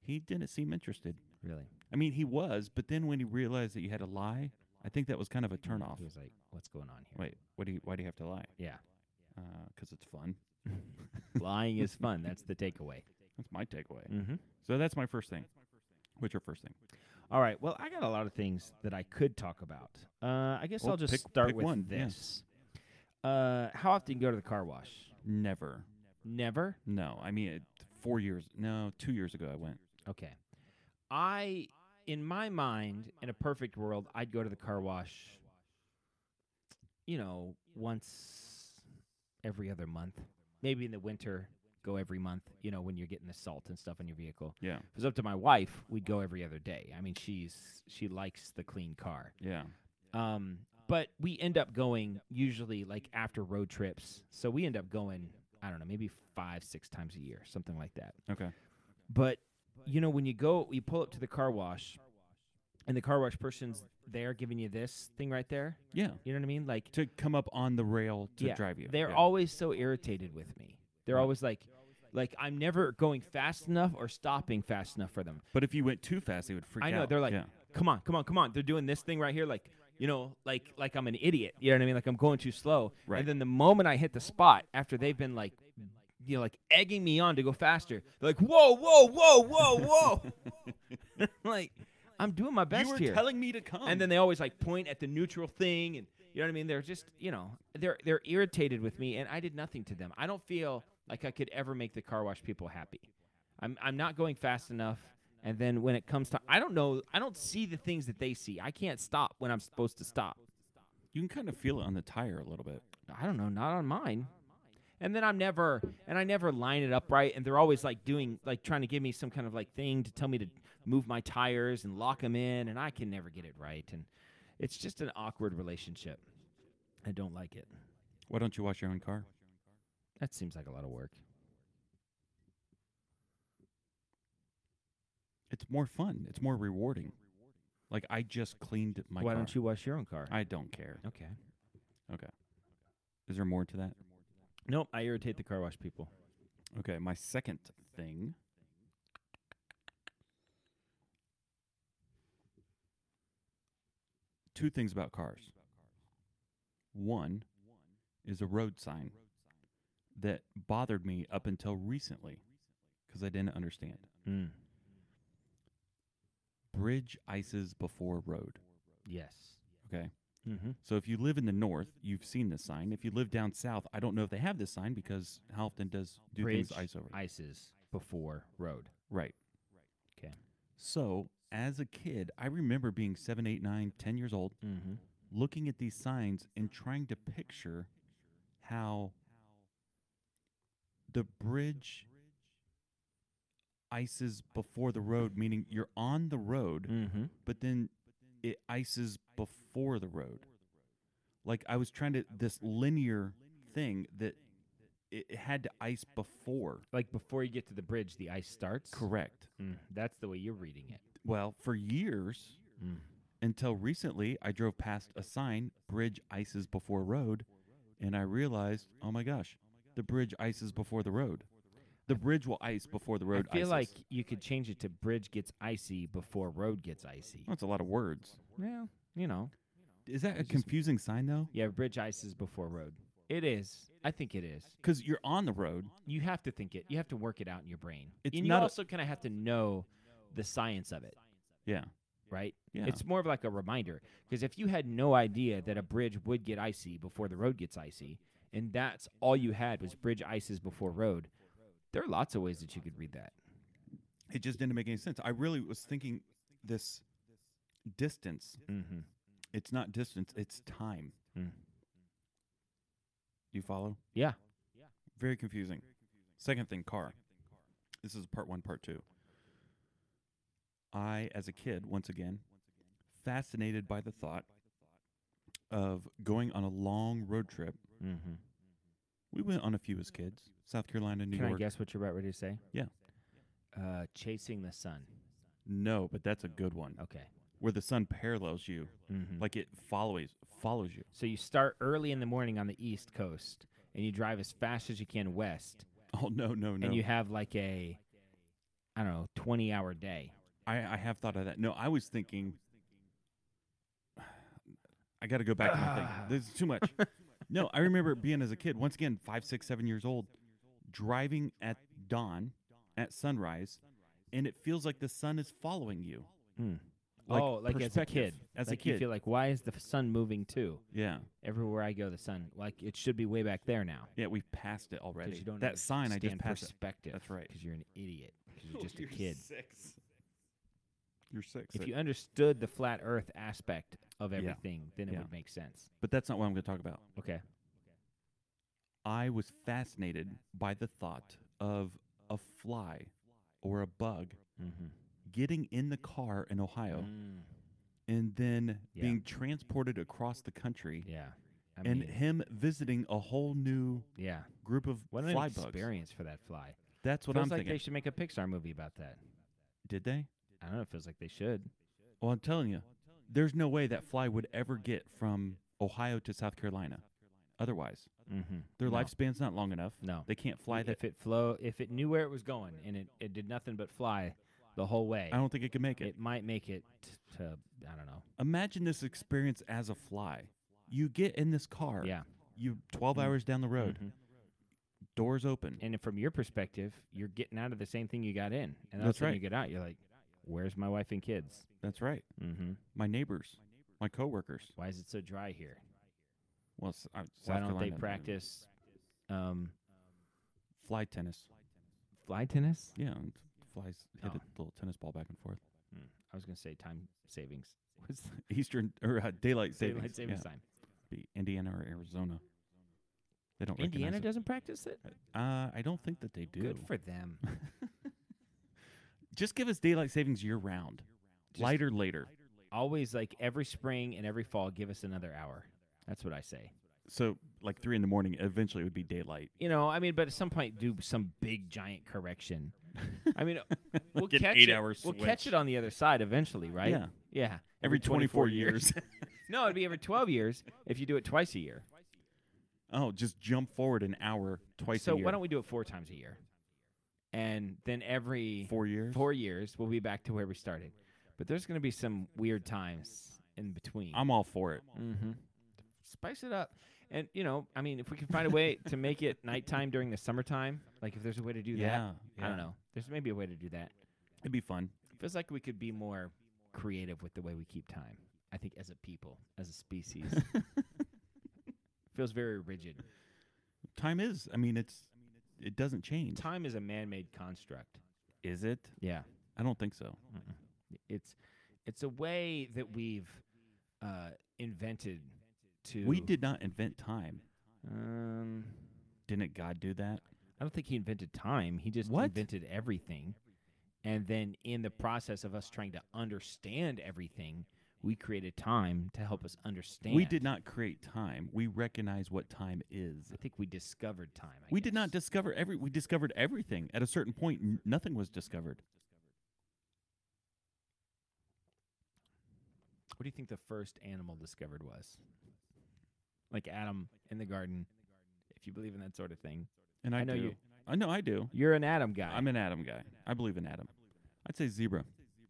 S2: He didn't seem interested.
S1: really.
S2: I mean, he was, but then when he realized that you had to lie, I think that was kind of a turnoff.
S1: He was like, "What's going on here?"
S2: Wait, what do you? Why do you have to lie?
S1: Yeah,
S2: Because it's fun.
S1: lying is fun. That's the takeaway.
S2: That's my takeaway.
S1: Mm-hmm.
S2: So that's my first thing. What's your first thing?
S1: All right. Well, I got a lot of things that I could talk about. Uh, I guess
S2: Well,
S1: I'll just
S2: pick-
S1: start
S2: pick
S1: with
S2: one, yeah.
S1: this. Uh, how often do you go to the car wash?
S2: Never.
S1: Never.
S2: No, I mean, it, four years. No, two years ago I went.
S1: Okay. I, in my mind, in a perfect world, I'd go to the car wash, you know, once every other month. Maybe in the winter, go every month, you know, when you're getting the salt and stuff on your vehicle.
S2: Yeah,
S1: If it was up to my wife, we'd go every other day. I mean, she's she likes the clean car.
S2: yeah.
S1: Um, but we end up going usually like after road trips. So we end up going, I don't know, maybe five, six times a year, something like that.
S2: Okay.
S1: But you know, when you go, you pull up to the car wash, and the car wash person's there giving you this thing right there.
S2: Yeah.
S1: You know what I mean? Like
S2: To come up on the rail to
S1: yeah,
S2: drive you.
S1: They're
S2: Yeah.
S1: always so irritated with me. They're
S2: Yeah.
S1: always like, like I'm never going fast enough or stopping fast enough for them.
S2: But if you went too fast, they would freak out.
S1: I know they're like,
S2: Yeah.
S1: come on, come on, come on. They're doing this thing right here, like you know, like like I'm an idiot. You know what I mean? Like I'm going too slow.
S2: Right.
S1: And then the moment I hit the spot, after they've been like, you know, like egging me on to go faster, they're like, whoa, whoa, whoa, whoa, whoa. like I'm doing my best
S2: you were
S1: here.
S2: telling me to come.
S1: and then they always like point at the neutral thing, and you know what I mean? They're just, you know, they're they're irritated with me, and I did nothing to them. I don't feel like I could ever make the car wash people happy. I'm I'm not going fast enough. And then when it comes to, I don't know, I don't see the things that they see. I can't stop when I'm supposed to stop.
S2: you can kind of feel it on the tire a little bit.
S1: I don't know, not on mine. And then I'm never, and I never line it up right. And they're always like doing, like trying to give me some kind of like thing to tell me to move my tires and lock them in. And I can never get it right. And it's just an awkward relationship. I don't like it.
S2: Why don't you wash your own car?
S1: That seems like a lot of work.
S2: It's more fun. It's more rewarding. Like I just cleaned my.
S1: Why
S2: car.
S1: don't you wash your own car?
S2: I don't care.
S1: okay.
S2: Okay. Is there more to that?
S1: Nope, I irritate the car wash people.
S2: Okay, my second thing. Two things about cars. One is a road sign that bothered me up until recently because I didn't understand.
S1: Mm.
S2: Bridge ices before road.
S1: Yes.
S2: Okay.
S1: Mm-hmm.
S2: So if you live in the north, you've seen this sign. If you live down south, I don't know if they have this sign because how often does do
S1: Bridge
S2: things ice over?
S1: ices before road.
S2: Right.
S1: Okay.
S2: So as a kid, I remember being seven, eight, nine, ten years old,
S1: Mm-hmm.
S2: looking at these signs and trying to picture how the bridge ices before the road, meaning you're on the road,
S1: Mm-hmm.
S2: but then it ices before the road. Like I was trying to this linear thing that it, it had to ice before.
S1: Like before you get to the bridge, the ice starts.
S2: Correct.
S1: Mm, that's the way you're reading it.
S2: Well, for years
S1: Mm.
S2: until recently, I drove past a sign, bridge ices before road, and I realized, oh my gosh, the bridge ices before the road. The bridge will ice before the road
S1: I feel
S2: ices.
S1: like you could change it to bridge gets icy before road gets icy.
S2: Well, that's a lot of words.
S1: Well, you know,
S2: Is that a confusing sign though?
S1: yeah, bridge ices before road. It is. I think it is.
S2: Because you're on the road.
S1: You have to think it. You have to work it out in your brain.
S2: It's
S1: and
S2: not
S1: you
S2: a-
S1: also kind of have to know the science of it,
S2: Yeah.
S1: right?
S2: Yeah.
S1: It's more of like a reminder because if you had no idea that a bridge would get icy before the road gets icy, and that's all you had was bridge ices before road, there are lots of ways that you could read that.
S2: it just didn't make any sense. I really was thinking this distance.
S1: Mm-hmm.
S2: It's not distance, it's time.
S1: Mm.
S2: Do you follow?
S1: Yeah.
S2: Very confusing. Second thing, car. This is part one, part two. I, as a kid, once again, fascinated by the thought of going on a long road trip.
S1: Mm-hmm.
S2: We went on a few as kids South Carolina, New
S1: Can
S2: York.
S1: I guess what you're about ready to say?
S2: Yeah.
S1: Uh, chasing the sun.
S2: No, but that's a good one.
S1: Okay. Mm-hmm.
S2: Where the sun parallels you, like it follows follows you
S1: So you start early in the morning on the East Coast, and you drive as fast as you can west,
S2: Oh no no no!
S1: and you have like a, I don't know, twenty-hour day.
S2: I, I have thought of that. No, I was thinking. I got to go back to my thing. This is too much. no, I remember being as a kid. Once again, five, six, seven years old, driving at dawn, at sunrise, and it feels like the sun is following you. Hmm. Like
S1: oh, like as a kid.
S2: perspective. As a
S1: like you
S2: kid,
S1: feel like, why is the sun moving too?
S2: yeah,
S1: Everywhere I go, the sun, like it should be way back there now.
S2: yeah, we've passed it already.
S1: Because you don't
S2: that sign I just
S1: understand
S2: passed. it.
S1: perspective.
S2: That's right.
S1: Because you're an idiot. Because you're just a kid.
S2: Six. You're six.
S1: If you understood the flat Earth aspect of everything, then it
S2: Yeah.
S1: would make sense.
S2: but that's not what I'm going to talk about.
S1: Okay.
S2: I was fascinated by the thought of a fly or a bug
S1: Mm-hmm.
S2: getting in the car in Ohio and then
S1: Yeah.
S2: being transported across the country
S1: Yeah. I
S2: and
S1: mean,
S2: him visiting a whole new
S1: yeah.
S2: group of
S1: What an
S2: fly bugs.
S1: experience for that fly.
S2: That's what
S1: feels
S2: I'm
S1: like
S2: thinking.
S1: they should make a Pixar movie about that.
S2: Did they?
S1: I don't know. It feels like they should.
S2: Well, I'm telling you, there's no way that fly would ever get from Ohio to South Carolina. Otherwise,
S1: Mm-hmm.
S2: their
S1: No.
S2: lifespan's not long enough.
S1: No.
S2: They can't fly that.
S1: if it flow, if it knew where it was going and it, it did nothing but fly the whole way,
S2: I don't think it could make it.
S1: it might make it t- to I don't know.
S2: Imagine this experience as a fly. You get in this car.
S1: Yeah. Mm-hmm.
S2: You 12 hours down the road. Doors open.
S1: And from your perspective, you're getting out of the same thing you got in, and
S2: That's
S1: that's when
S2: right.
S1: you get out. You're like, "Where's my wife and kids?
S2: That's right.
S1: Mm-hmm.
S2: My neighbors, my coworkers.
S1: Why is it so dry here?
S2: Well, s- uh, South
S1: Why don't
S2: Carolina,
S1: they
S2: uh,
S1: practice um,
S2: fly tennis?
S1: fly tennis?
S2: Yeah, and flies hit
S1: Oh.
S2: a little tennis ball back and forth.
S1: Mm, I was gonna say time savings. What's the
S2: Eastern or uh, daylight savings.
S1: daylight savings
S2: yeah.
S1: time?
S2: Be Indiana or Arizona. They don't. recognize
S1: Indiana
S2: it.
S1: doesn't practice it.
S2: Uh, I don't think that they do.
S1: Good for them.
S2: Just give us daylight savings year round. Lighter later.
S1: Always like every spring and every fall, give us another hour. That's what I say.
S2: So like three in the morning. Eventually, it would be daylight.
S1: You know, I mean, but at some point, do some big giant correction. I mean, we'll
S2: an
S1: catch it.
S2: eight-hour
S1: We'll catch
S2: switch.
S1: it on the other side eventually, right?
S2: Yeah.
S1: Yeah.
S2: Every 24 years.
S1: no, it'd be every 12 years if you do it twice a year.
S2: Oh, just jump forward an hour twice
S1: so
S2: a year.
S1: why don't we do it four times a year? And then every
S2: Four years.
S1: four years, we'll be back to where we started. But there's going to be some weird times in between.
S2: I'm all for it.
S1: Mm-hmm. Spice it up. And, you know, I mean, if we can find a way to make it nighttime during the summertime, like if there's a way to do
S2: Yeah,
S1: that, I
S2: yeah.
S1: don't know. There's maybe a way to do that.
S2: It'd be fun.
S1: feels like we could be more creative with the way we keep time. I think as a people, as a species, feels very rigid.
S2: Time is. I mean, it's. It doesn't change.
S1: Time is a man-made construct.
S2: Is it?
S1: Yeah,
S2: I don't think so.
S1: it's it's a way that we've uh, invented to.
S2: We did not invent time.
S1: Um,
S2: Didn't God do that?
S1: I don't think he invented time. He just
S2: What?
S1: invented everything, and then in the process of us trying to understand everything, we created time to help us understand.
S2: We did not create time. We recognize what time is.
S1: I think we discovered time. I
S2: We did not
S1: guess.
S2: discover every. We discovered everything at a certain point. N- nothing was discovered.
S1: What do you think the first animal discovered was? Like Adam in the garden, if you believe in that sort of thing.
S2: And I,
S1: I know
S2: do.
S1: you-
S2: I know I do.
S1: You're an Adam guy.
S2: I'm an Adam guy. I believe in Adam. I'd say zebra.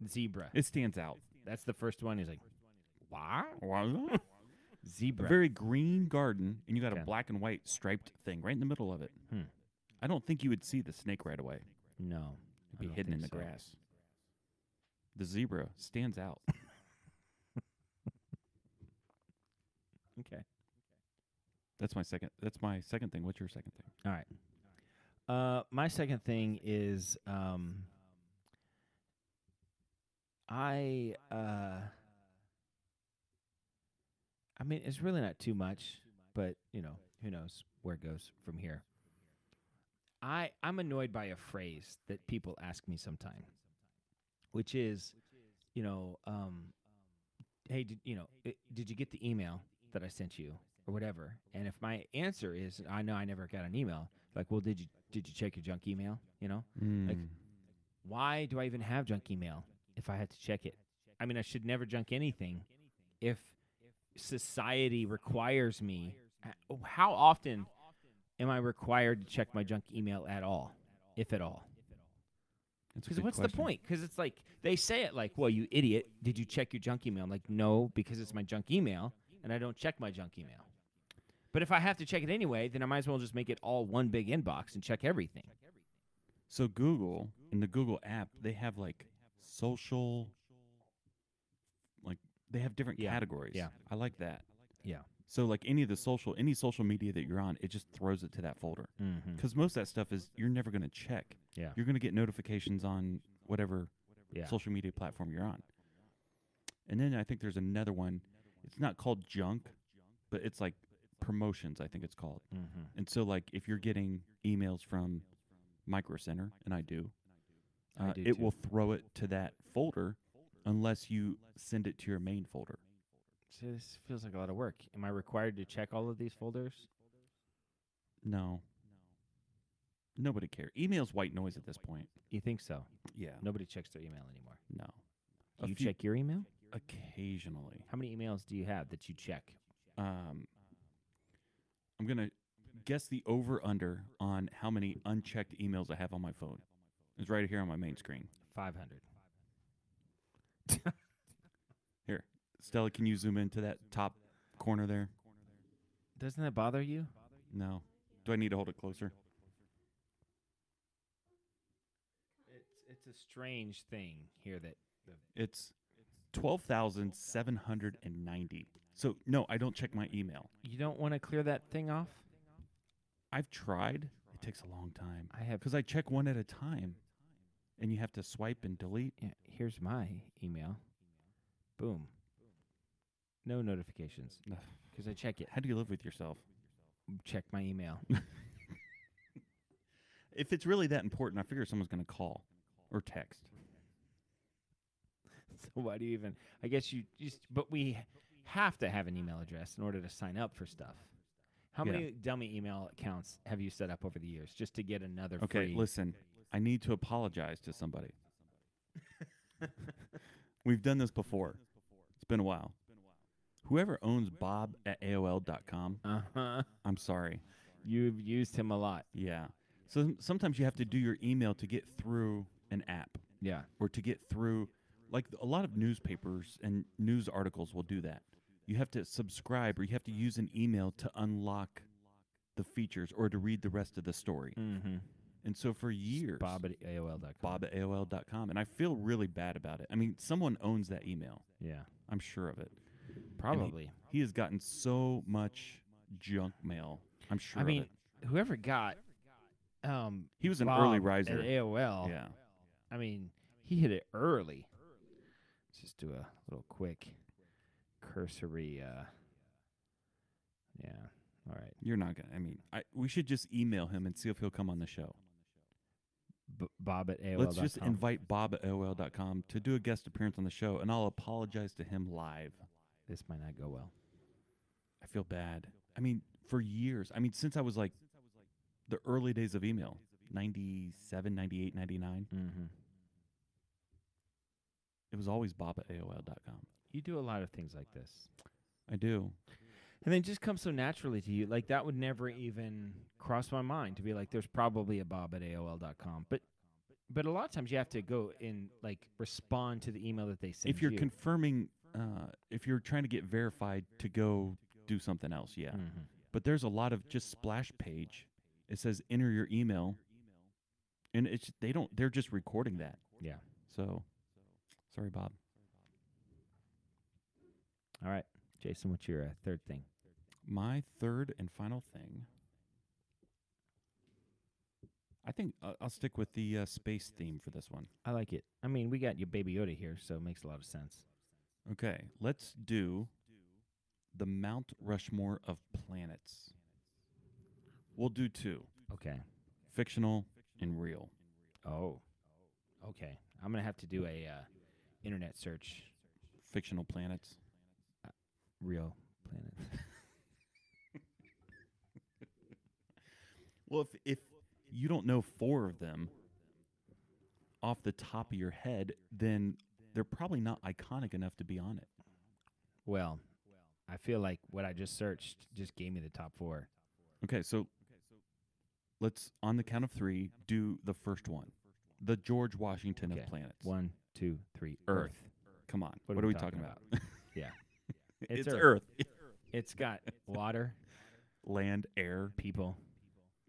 S1: zebra.
S2: It stands out.
S1: That's the first one. He's like, wow,
S2: a
S1: zebra.
S2: very green garden, and you got a
S1: Okay.
S2: black and white striped thing right in the middle of it.
S1: Hmm.
S2: I don't think you would see the snake right away.
S1: no, I
S2: It'd be
S1: don't
S2: hidden in the
S1: think so.
S2: grass. The zebra stands out.
S1: Okay.
S2: That's my second. That's my second thing. What's your second thing?
S1: All right. Uh, my second thing is um, I. Uh, I mean, it's really not too much, but you know, who knows where it goes from here. I I'm annoyed by a phrase that people ask me sometime, which is, you know, um, hey, did, you know, i did you get the email that I sent you or whatever? And if my answer is, I know I never got an email, like, well, did you did you check your junk email? You know, Like-
S2: Hmm.
S1: why do I even have junk email if I had to check it? I mean, I should never junk anything if society requires me. I- oh, How often am I required to check my junk email at all, if at all?
S2: That's a
S1: Because
S2: good
S1: what's the
S2: question.
S1: point? Because it's like they say it like, "Well, you idiot, did you check your junk email?" I'm like, no, because it's my junk email, and I don't check my junk email. But if I have to check it anyway, then I might as well just make it all one big inbox and check everything.
S2: So Google in the Google app, they have like social, like they have different
S1: Yeah,
S2: categories.
S1: yeah.
S2: I like that.
S1: Yeah.
S2: So like any of the social, any social media that you're on, it just throws it to that folder
S1: Mm-hmm.
S2: because most of that stuff is you're never going to check.
S1: Yeah.
S2: You're going to get notifications on whatever
S1: Yeah.
S2: social media platform you're on. And then I think there's another one. It's not called junk, but it's like promotions. I think it's called.
S1: Mm-hmm.
S2: And so, like, if you're getting emails from Micro Center, and I do,
S1: I
S2: uh,
S1: do
S2: it
S1: too.
S2: will throw it to that folder unless you send it to your main folder.
S1: See, this feels like a lot of work. Am I required to check all of these folders?
S2: No. Nobody cares. Email's white noise at this point.
S1: You think so?
S2: Yeah.
S1: Nobody checks their email anymore.
S2: No.
S1: Do
S2: A
S1: you
S2: few-
S1: check your email?
S2: occasionally.
S1: How many emails do you have that you check?
S2: Um, I'm going to guess the over under on how many unchecked emails I have on my phone. It's right here on my main screen.
S1: Five hundred.
S2: Here. Stella, can you zoom into that top corner there?
S1: Doesn't that bother you?
S2: No. Do I need to hold it closer?
S1: It's it's a strange thing here that the
S2: It's 12,790. So, no, I don't check my email.
S1: You don't want to clear that thing off?
S2: I've tried. It takes a long time
S1: I have.
S2: because I check one at a time and you have to swipe and delete.
S1: Yeah, here's my email. Boom. No notifications
S2: Ugh.
S1: because I check it.
S2: How do you live with yourself?
S1: Check my email.
S2: If it's really that important, I figure someone's going to call or text.
S1: so why do you even? I guess you just. But we have to have an email address in order to sign up for stuff. How
S2: Yeah.
S1: many dummy email accounts have you set up over the years just to get another
S2: Okay,
S1: free?
S2: listen, I need to apologize to somebody. We've done this before. It's been a while. Whoever owns Bob at AOL.com,
S1: Uh huh.
S2: I'm sorry.
S1: You've used him a lot.
S2: Yeah. So sometimes you have to do your email to get through an app
S1: Yeah.
S2: or to get through, like a lot of newspapers and news articles will do that. You have to subscribe or you have to use an email to unlock the features or to read the rest of the story.
S1: Mm-hmm.
S2: And so for years,
S1: Bob at AOL.com.
S2: Bob at AOL.com. And I feel really bad about it. I mean, someone owns that email.
S1: Yeah.
S2: I'm sure of it. And he-
S1: Probably.
S2: He, has gotten so much junk mail. I'm sure
S1: I mean,
S2: of it.
S1: whoever got um
S2: He was an early
S1: Bob
S2: riser.
S1: at AOL.
S2: yeah.
S1: I mean, he hit it early. Let's just do a little quick cursory uh yeah. All right.
S2: You're not going to. I mean, I, we should just email him and see if he'll come on the show.
S1: B- Bob at AOL.
S2: Let's just invite Bob at AOL.com to do a guest appearance on the show, and I'll apologize to him live.
S1: This might not go well.
S2: I feel bad. I mean, for years. I mean, since I was like the early days of email 97, 98, 99,
S1: Mm-hmm.
S2: it was always Bob at AOL.com.
S1: You do a lot of things like this,
S2: I do.
S1: and then just comes so naturally to you. Like that would never even cross my mind to be like, "There's probably a Bob at AOL.com." But but a lot of times you have to go and like respond to the email that they send.
S2: if you're
S1: you.
S2: confirming, uh, if you're trying to get verified to go do something else, yeah.
S1: Mhm.
S2: But there's a lot of just splash page. It says enter your email, and it's they don't. They're just recording that.
S1: Yeah.
S2: So, sorry, Bob.
S1: All right, Jason, what's your uh, third thing?
S2: My third and final thing. I think uh, I'll stick with the uh, space theme for this one.
S1: I like it. I mean, we got your baby Yoda here, so it makes a lot of sense.
S2: Okay, let's do the Mount Rushmore of planets. We'll do two.
S1: Okay.
S2: fictional and real.
S1: Oh. Okay. I'm gonna have to do a uh, internet search.
S2: Fictional planets.
S1: Real planet.
S2: Well, if if you don't know four of them off the top of your head, then they're probably not iconic enough to be on it.
S1: well, I feel like what I just searched just gave me the top four.
S2: Okay, so let's on the count of three do the first one, the George Washington
S1: Okay,
S2: of planets.
S1: One, two, three.
S2: Earth. Come on, what, are we talking, about?
S1: Yeah.
S2: it's
S1: Earth.
S2: Earth,
S1: It's got water,
S2: land, air,
S1: people,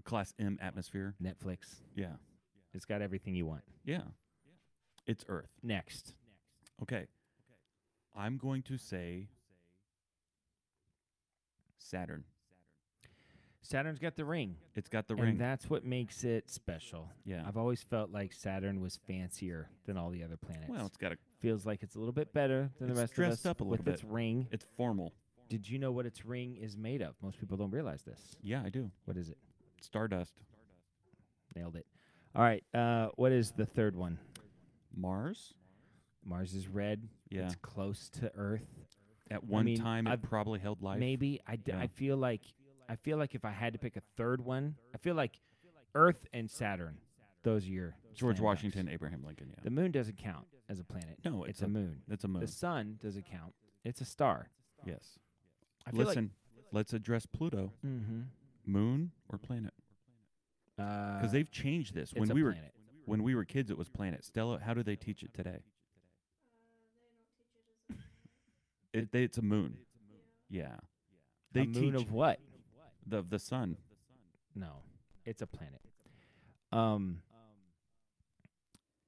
S2: class M atmosphere.
S1: Netflix.
S2: Yeah,
S1: It's got everything you want.
S2: yeah, it's Earth.
S1: Next.
S2: Okay. I'm going to say Saturn.
S1: Saturn's got the ring.
S2: It's got the
S1: and
S2: ring.
S1: that's what makes it special.
S2: Yeah.
S1: I've always felt like Saturn was fancier than all the other planets.
S2: well, it's got a
S1: feels like it's a little bit better than
S2: It's
S1: the rest
S2: dressed
S1: of us
S2: up a little
S1: with
S2: bit.
S1: its ring.
S2: it's formal.
S1: Did you know what its ring is made of? Most people don't realize this.
S2: Yeah, I do.
S1: What is it?
S2: Stardust.
S1: Nailed it. All right. Uh, what is the third one?
S2: Mars.
S1: Mars is red.
S2: Yeah.
S1: It's close to Earth.
S2: At one
S1: mean,
S2: time, it
S1: I've-
S2: probably held life.
S1: Maybe I, d-
S2: Yeah.
S1: I feel like I feel like if I had to pick a third one, I feel like Earth and Saturn. Those are your slam
S2: George
S1: dunks.
S2: Washington, Abraham Lincoln.
S1: The
S2: Yeah.
S1: moon doesn't count as a planet.
S2: No,
S1: it's,
S2: it's
S1: a,
S2: a-
S1: moon.
S2: That's a moon.
S1: The sun doesn't count. It's a star.
S2: yes.
S1: I feel like-
S2: Listen, let's address Pluto,
S1: Mm-hmm.
S2: moon or planet,
S1: Because
S2: because they've changed this.
S1: uh, it's
S2: When
S1: a
S2: we were
S1: planet.
S2: when we were kids, it was planet. Stella, how do they teach it today? It, they, it's a moon. Yeah. They
S1: a moon
S2: teach
S1: of what?
S2: the the sun.
S1: No, it's a planet. Um,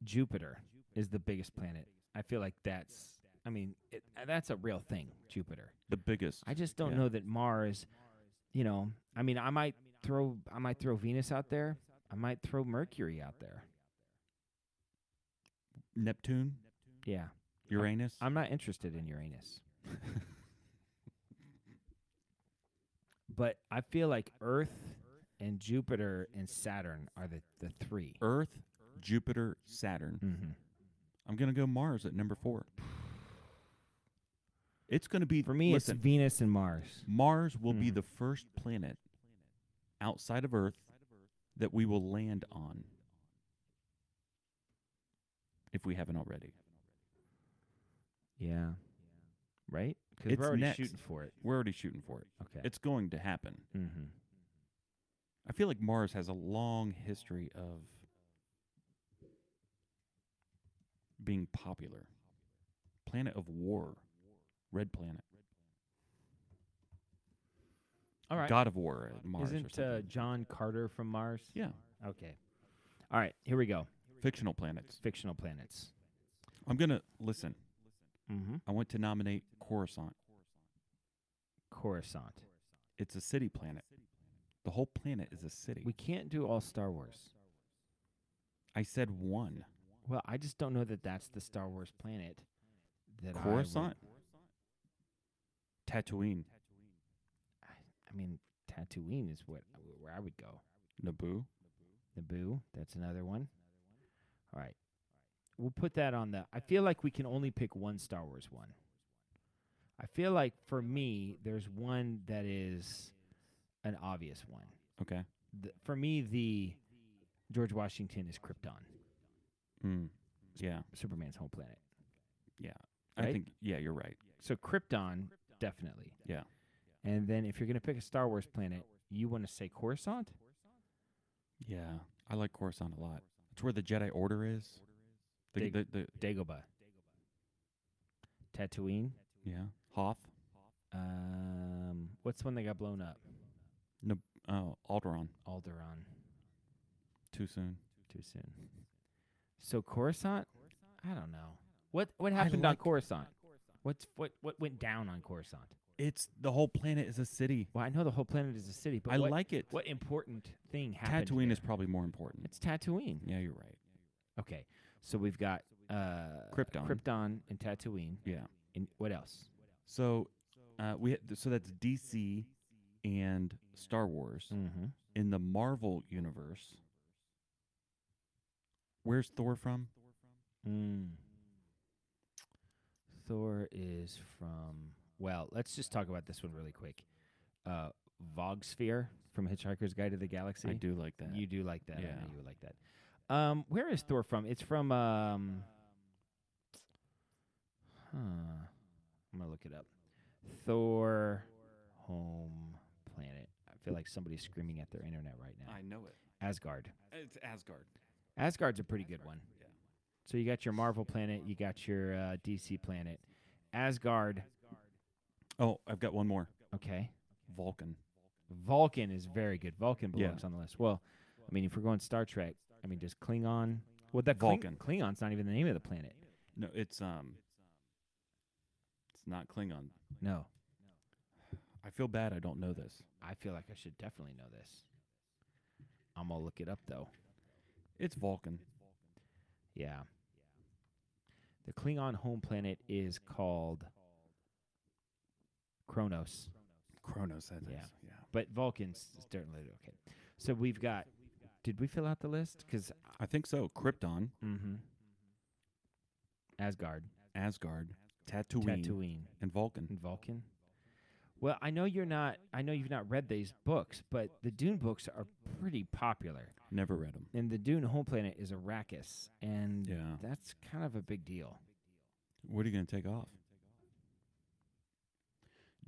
S1: Jupiter is the biggest planet. I feel like that's. I mean, it, uh, that's a real thing. Jupiter.
S2: The biggest.
S1: I just don't
S2: Yeah.
S1: know that Mars. You know, I mean, I might throw. I might throw Venus out there. I might throw Mercury out there.
S2: Neptune,
S1: Yeah,
S2: Uranus.
S1: I'm not interested in Uranus. but I feel like Earth and Jupiter and Saturn are the the 3
S2: Earth, Jupiter, Saturn.
S1: Mm-hmm.
S2: I'm gonna go Mars at number four. It's gonna be
S1: For me,
S2: Listen,
S1: it's Venus and Mars.
S2: Mars will be
S1: Mhm.
S2: the first planet outside of Earth that we will land on, if we haven't already.
S1: Yeah. Right? Because
S2: It's
S1: we're already
S2: next.
S1: shooting for it.
S2: We're already shooting for it.
S1: Okay.
S2: It's going to happen.
S1: mm-hmm.
S2: I feel like Mars has a long history of being popular. Planet of War, Red Planet,
S1: All right.
S2: God of War, at Mars. or
S1: Isn't uh,
S2: something.
S1: John Carter from Mars?
S2: yeah,
S1: Okay. All right. Here we go.
S2: fictional planets.
S1: Fictional planets.
S2: I'm gonna listen.
S1: Mm-hmm.
S2: I want to nominate Coruscant.
S1: Coruscant.
S2: It's a city planet. The whole planet is a city.
S1: We can't do all Star Wars.
S2: I said one.
S1: Well, I just don't know that that's the Star Wars planet. That I would-
S2: Coruscant. Tatooine,
S1: I, I mean, Tatooine is what where I would go.
S2: Naboo,
S1: Naboo. That's another one. All right. We'll put that on the. I feel like we can only pick one Star Wars one. I feel like for me, there's one that is an obvious one.
S2: Okay.
S1: The, for me, the George Washington is Krypton,
S2: Mm. Yeah.
S1: Superman's home planet.
S2: I
S1: Right?
S2: think. Yeah, you're right.
S1: So Krypton, definitely.
S2: Yeah.
S1: And then if you're gonna pick a Star Wars planet, you want to say Coruscant?
S2: Yeah. I like Coruscant a lot. It's where the Jedi Order is. The,
S1: Dig-
S2: the, the,
S1: Dagobah. Tatooine.
S2: yeah. Hoth.
S1: Um, what's the one that got blown up?
S2: Oh, Alderaan.
S1: Alderaan.
S2: Too soon.
S1: Too soon. So Coruscant? I don't know. What what happened on
S2: like-
S1: Coruscant? What's what what went down on Coruscant?
S2: It's the whole planet is a city.
S1: Well, I know the whole planet is a city, but
S2: I
S1: what,
S2: like it.
S1: what important thing happened?
S2: Tatooine is
S1: there?
S2: probably more important.
S1: It's Tatooine.
S2: Yeah, you're right.
S1: Okay. So we've got uh
S2: Krypton.
S1: Krypton and Tatooine.
S2: Yeah.
S1: And what else?
S2: So, uh, we ha- so that's DC and Star Wars
S1: Mm-hmm.
S2: in the Marvel universe. Where's Thor from?
S1: Mm. Thor is from. Well, let's just talk about this one really quick. Uh, Vogsphere from Hitchhiker's Guide to the Galaxy.
S2: I do like that.
S1: You do like that. I
S2: Yeah.
S1: know you would like that. Um, where is Thor from? It's from. Um, huh. I'm gonna look it up. Thor, home planet. I feel like somebody's screaming at their internet right now.
S2: know it.
S1: Asgard.
S2: It's Asgard.
S1: Asgard's a pretty good one. So you got your Marvel planet, you got your uh, DC planet. Asgard,
S2: Oh, I've got one more.
S1: okay.
S2: Vulcan.
S1: Vulcan is very good. Vulcan
S2: Yeah.
S1: belongs on the list. Well, I mean, if we're going Star Trek, I mean, does Klingon? Well, that Kling-
S2: Vulcan.
S1: Klingon's not even the name of the planet.
S2: No, it's um, it's not Klingon.
S1: No,
S2: I feel bad. I don't know this.
S1: I feel like I should definitely know this. I'm gonna look it up though.
S2: It's Vulcan.
S1: Yeah. The Klingon home planet is called Kronos.
S2: Kronos. That is.
S1: Yeah.
S2: Yeah.
S1: But Vulcan's certainly okay. So we've got. Did we fill out the list? Because
S2: I think so. Krypton,
S1: mm-hmm. Asgard,
S2: Asgard, Tatooine,
S1: Tatooine,
S2: and Vulcan.
S1: and Vulcan. Well, I know you're not. I know you've not read these books, but the Dune books are pretty popular,
S2: Never read them.
S1: and the Dune home planet is Arrakis, and
S2: Yeah.
S1: that's kind of a big deal.
S2: What are you going to take off?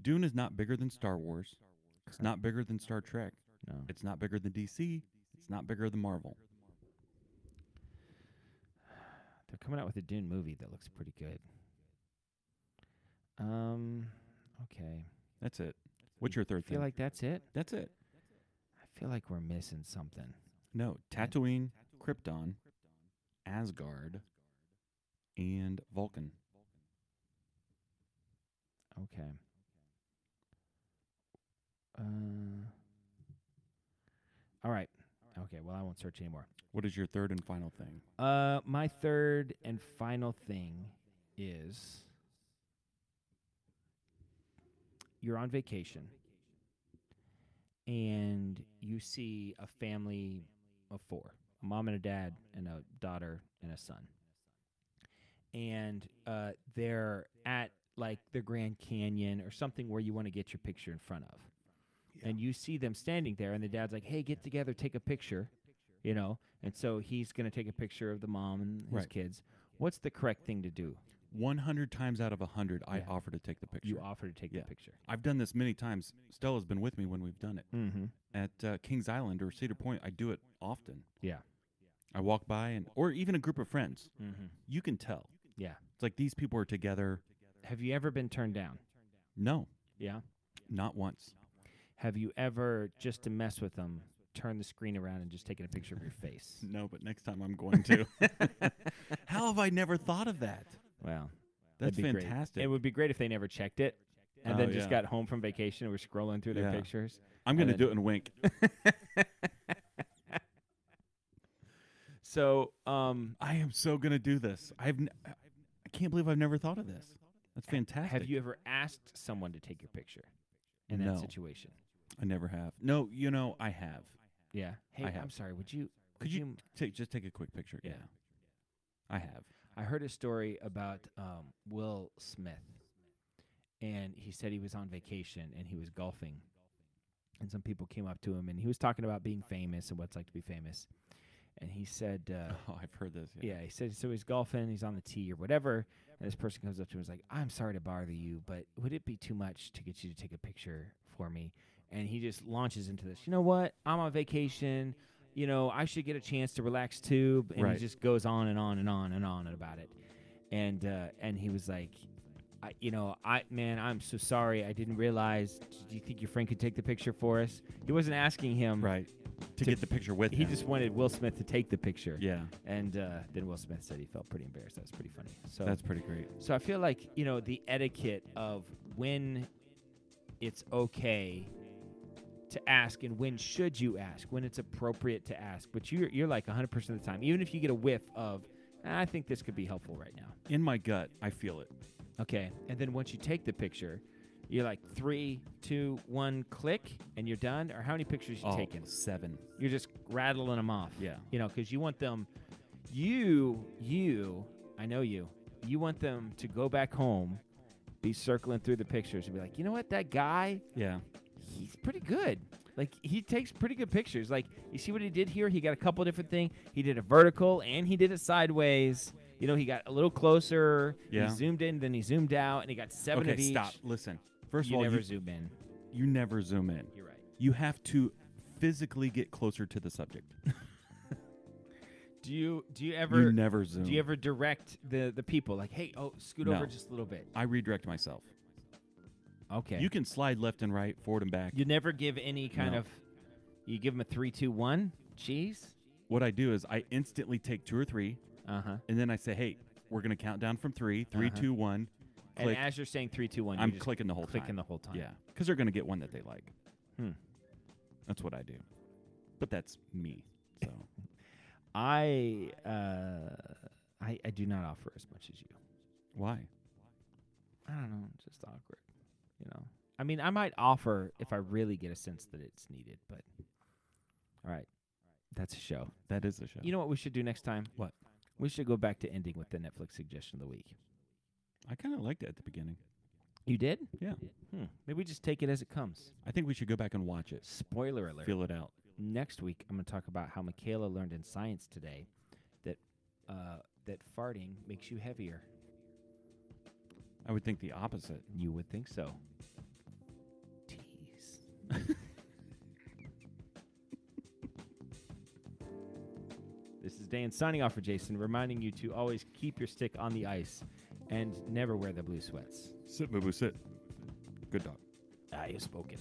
S2: Dune is not bigger than Star Wars. It's not bigger than Star Trek.
S1: No.
S2: It's not bigger than DC. It's not bigger than Marvel.
S1: They're coming out with a Dune movie that looks pretty good. Um. Okay.
S2: That's it. What's
S1: I
S2: your third
S1: feel
S2: thing?
S1: like that's it.
S2: That's it.
S1: I feel like we're missing something.
S2: No, Tatooine, Krypton, Asgard, and Vulcan.
S1: Okay. Uh, all right. Okay. Well, I won't search anymore.
S2: What is your third and final thing?
S1: Uh, my third and final thing is you're on vacation and you see a family of four a mom and a dad, and a daughter, and a son. And uh, they're at like the Grand Canyon or something where you want to get your picture in front of. And you see them standing there, and the dad's like, hey, get together, take a picture you know and so he's going to take a picture of the mom and his
S2: Right.
S1: kids what's the correct thing to do
S2: 100 times out of 100, I
S1: Yeah.
S2: offer to take the picture.
S1: you offer to take
S2: Yeah.
S1: the picture
S2: I've done this many times. Stella's been with me when we've done it.
S1: mm-hmm.
S2: At uh, Kings Island or Cedar Point, I do it often.
S1: yeah
S2: I walk by and or even a group of friends.
S1: mm-hmm.
S2: You can tell.
S1: yeah
S2: It's like these people are together.
S1: have you ever been turned down
S2: No,
S1: yeah
S2: not once.
S1: have you ever just to mess with them turn the screen around and just taken a picture of your face
S2: No, but next time I'm going to. How have I never thought of that?
S1: well that'd
S2: That's
S1: be great.
S2: fantastic.
S1: it would be great if they never checked it and
S2: Oh,
S1: then just
S2: yeah.
S1: got home from vacation and were scrolling through their
S2: Yeah.
S1: pictures
S2: I'm going to
S1: and
S2: do it and wink.
S1: so um
S2: I am so going to do this. I've n- I can't believe I've never thought of this. That's fantastic.
S1: have you ever asked someone to take your picture in that
S2: No.
S1: situation
S2: I never have. No, you know I have.
S1: yeah hey
S2: I
S1: i'm
S2: have.
S1: sorry would you
S2: Could
S1: would
S2: you take just take a quick picture?
S1: Yeah.
S2: I have.
S1: I heard a story about um, Will Smith, and he said he was on vacation and he was golfing, and some people came up to him and he was talking about being famous and what it's like to be famous, and he said, uh,
S2: Oh, I've heard this.
S1: "Yeah, he said so he's golfing, he's on the tee or whatever, and this person comes up to him and is like, "I'm sorry to bother you, but would it be too much to get you to take a picture for me?" And he just launches into this. You know what? I'm on vacation. You know, I should get a chance to relax too. And
S2: Right.
S1: he just goes on and on and on and on about it. And uh, and he was like, I, you know, I man, I'm so sorry. I didn't realize. Do you think your friend could take the picture for us? He wasn't asking him.
S2: Right. To,
S1: To-
S2: get the picture with
S1: He
S2: him.
S1: just wanted Will Smith to take the picture.
S2: Yeah.
S1: And uh, then Will Smith said he felt pretty embarrassed. That was pretty funny. So
S2: That's pretty great.
S1: so I feel like you know the etiquette of when it's okay to ask and when should you ask, when it's appropriate to ask. But you're you're like 100 percent of the time, even if you get a whiff of, "Ah, I think this could be helpful right now.
S2: In my gut, I feel it.
S1: Okay, and then once you take the picture, you're like three, two, one, click, and you're done. Or how many pictures you
S2: Oh,
S1: taken?
S2: seven.
S1: You're just rattling them off.
S2: Yeah.
S1: You know, because you want them, you, you, I know you, you want them to go back home, be circling through the pictures and be like, you know what, that guy,
S2: Yeah.
S1: he's pretty good. Like, he takes pretty good pictures. Like, you see what he did here? He got a couple different things. He did a vertical and he did it sideways. You know, he got a little closer.
S2: Yeah.
S1: He zoomed in, then he zoomed out, and he got seven
S2: okay,
S1: of each.
S2: stop. Listen. First
S1: you
S2: of all,
S1: never
S2: you,
S1: zoom in.
S2: you never zoom in.
S1: You're right.
S2: You have to physically get closer to the subject.
S1: Do you do you ever
S2: you never zoom.
S1: Do you ever direct the the people like, hey, oh, scoot
S2: No.
S1: over just a little bit?
S2: I redirect myself.
S1: Okay.
S2: You
S1: You,
S2: can slide left and right, forward and back.
S1: never give any kind
S2: No.
S1: of. You give them a three, two, one. Cheese.
S2: what I do is I instantly take two or three,
S1: Uh huh.
S2: and then I say, "Hey, we're gonna count down from three, three,
S1: Uh-huh.
S2: two, one."
S1: And
S2: Click.
S1: as you're saying three, two, one,
S2: I'm
S1: you're just
S2: clicking the whole
S1: clicking
S2: time.
S1: the whole time.
S2: Yeah, because they're gonna get one that they like.
S1: Hmm.
S2: That's what I do. But that's me. So
S1: I uh, I I do not offer as much as you.
S2: why?
S1: I don't know. It's just awkward. You know. I mean, I might offer if I really get a sense that it's needed, but. All right. That's a show.
S2: That is the show.
S1: You know what we should do next time?
S2: What?
S1: We should go back to ending with the Netflix suggestion of the week.
S2: I kind of liked it at the beginning.
S1: You did?
S2: Yeah,
S1: Hmm. Maybe we just take it as it comes.
S2: I think we should go back and watch it.
S1: Spoiler alert.
S2: Feel it out.
S1: Next week, I'm going to talk about how Michaela learned in science today that uh, that farting makes you heavier.
S2: I would think the opposite.
S1: You would think so. Tease. this is Dan signing off for Jason, reminding you to always keep your stick on the ice and never wear the blue sweats.
S2: Sit, Boo Boo, sit. Good dog.
S1: Ah, you've spoken.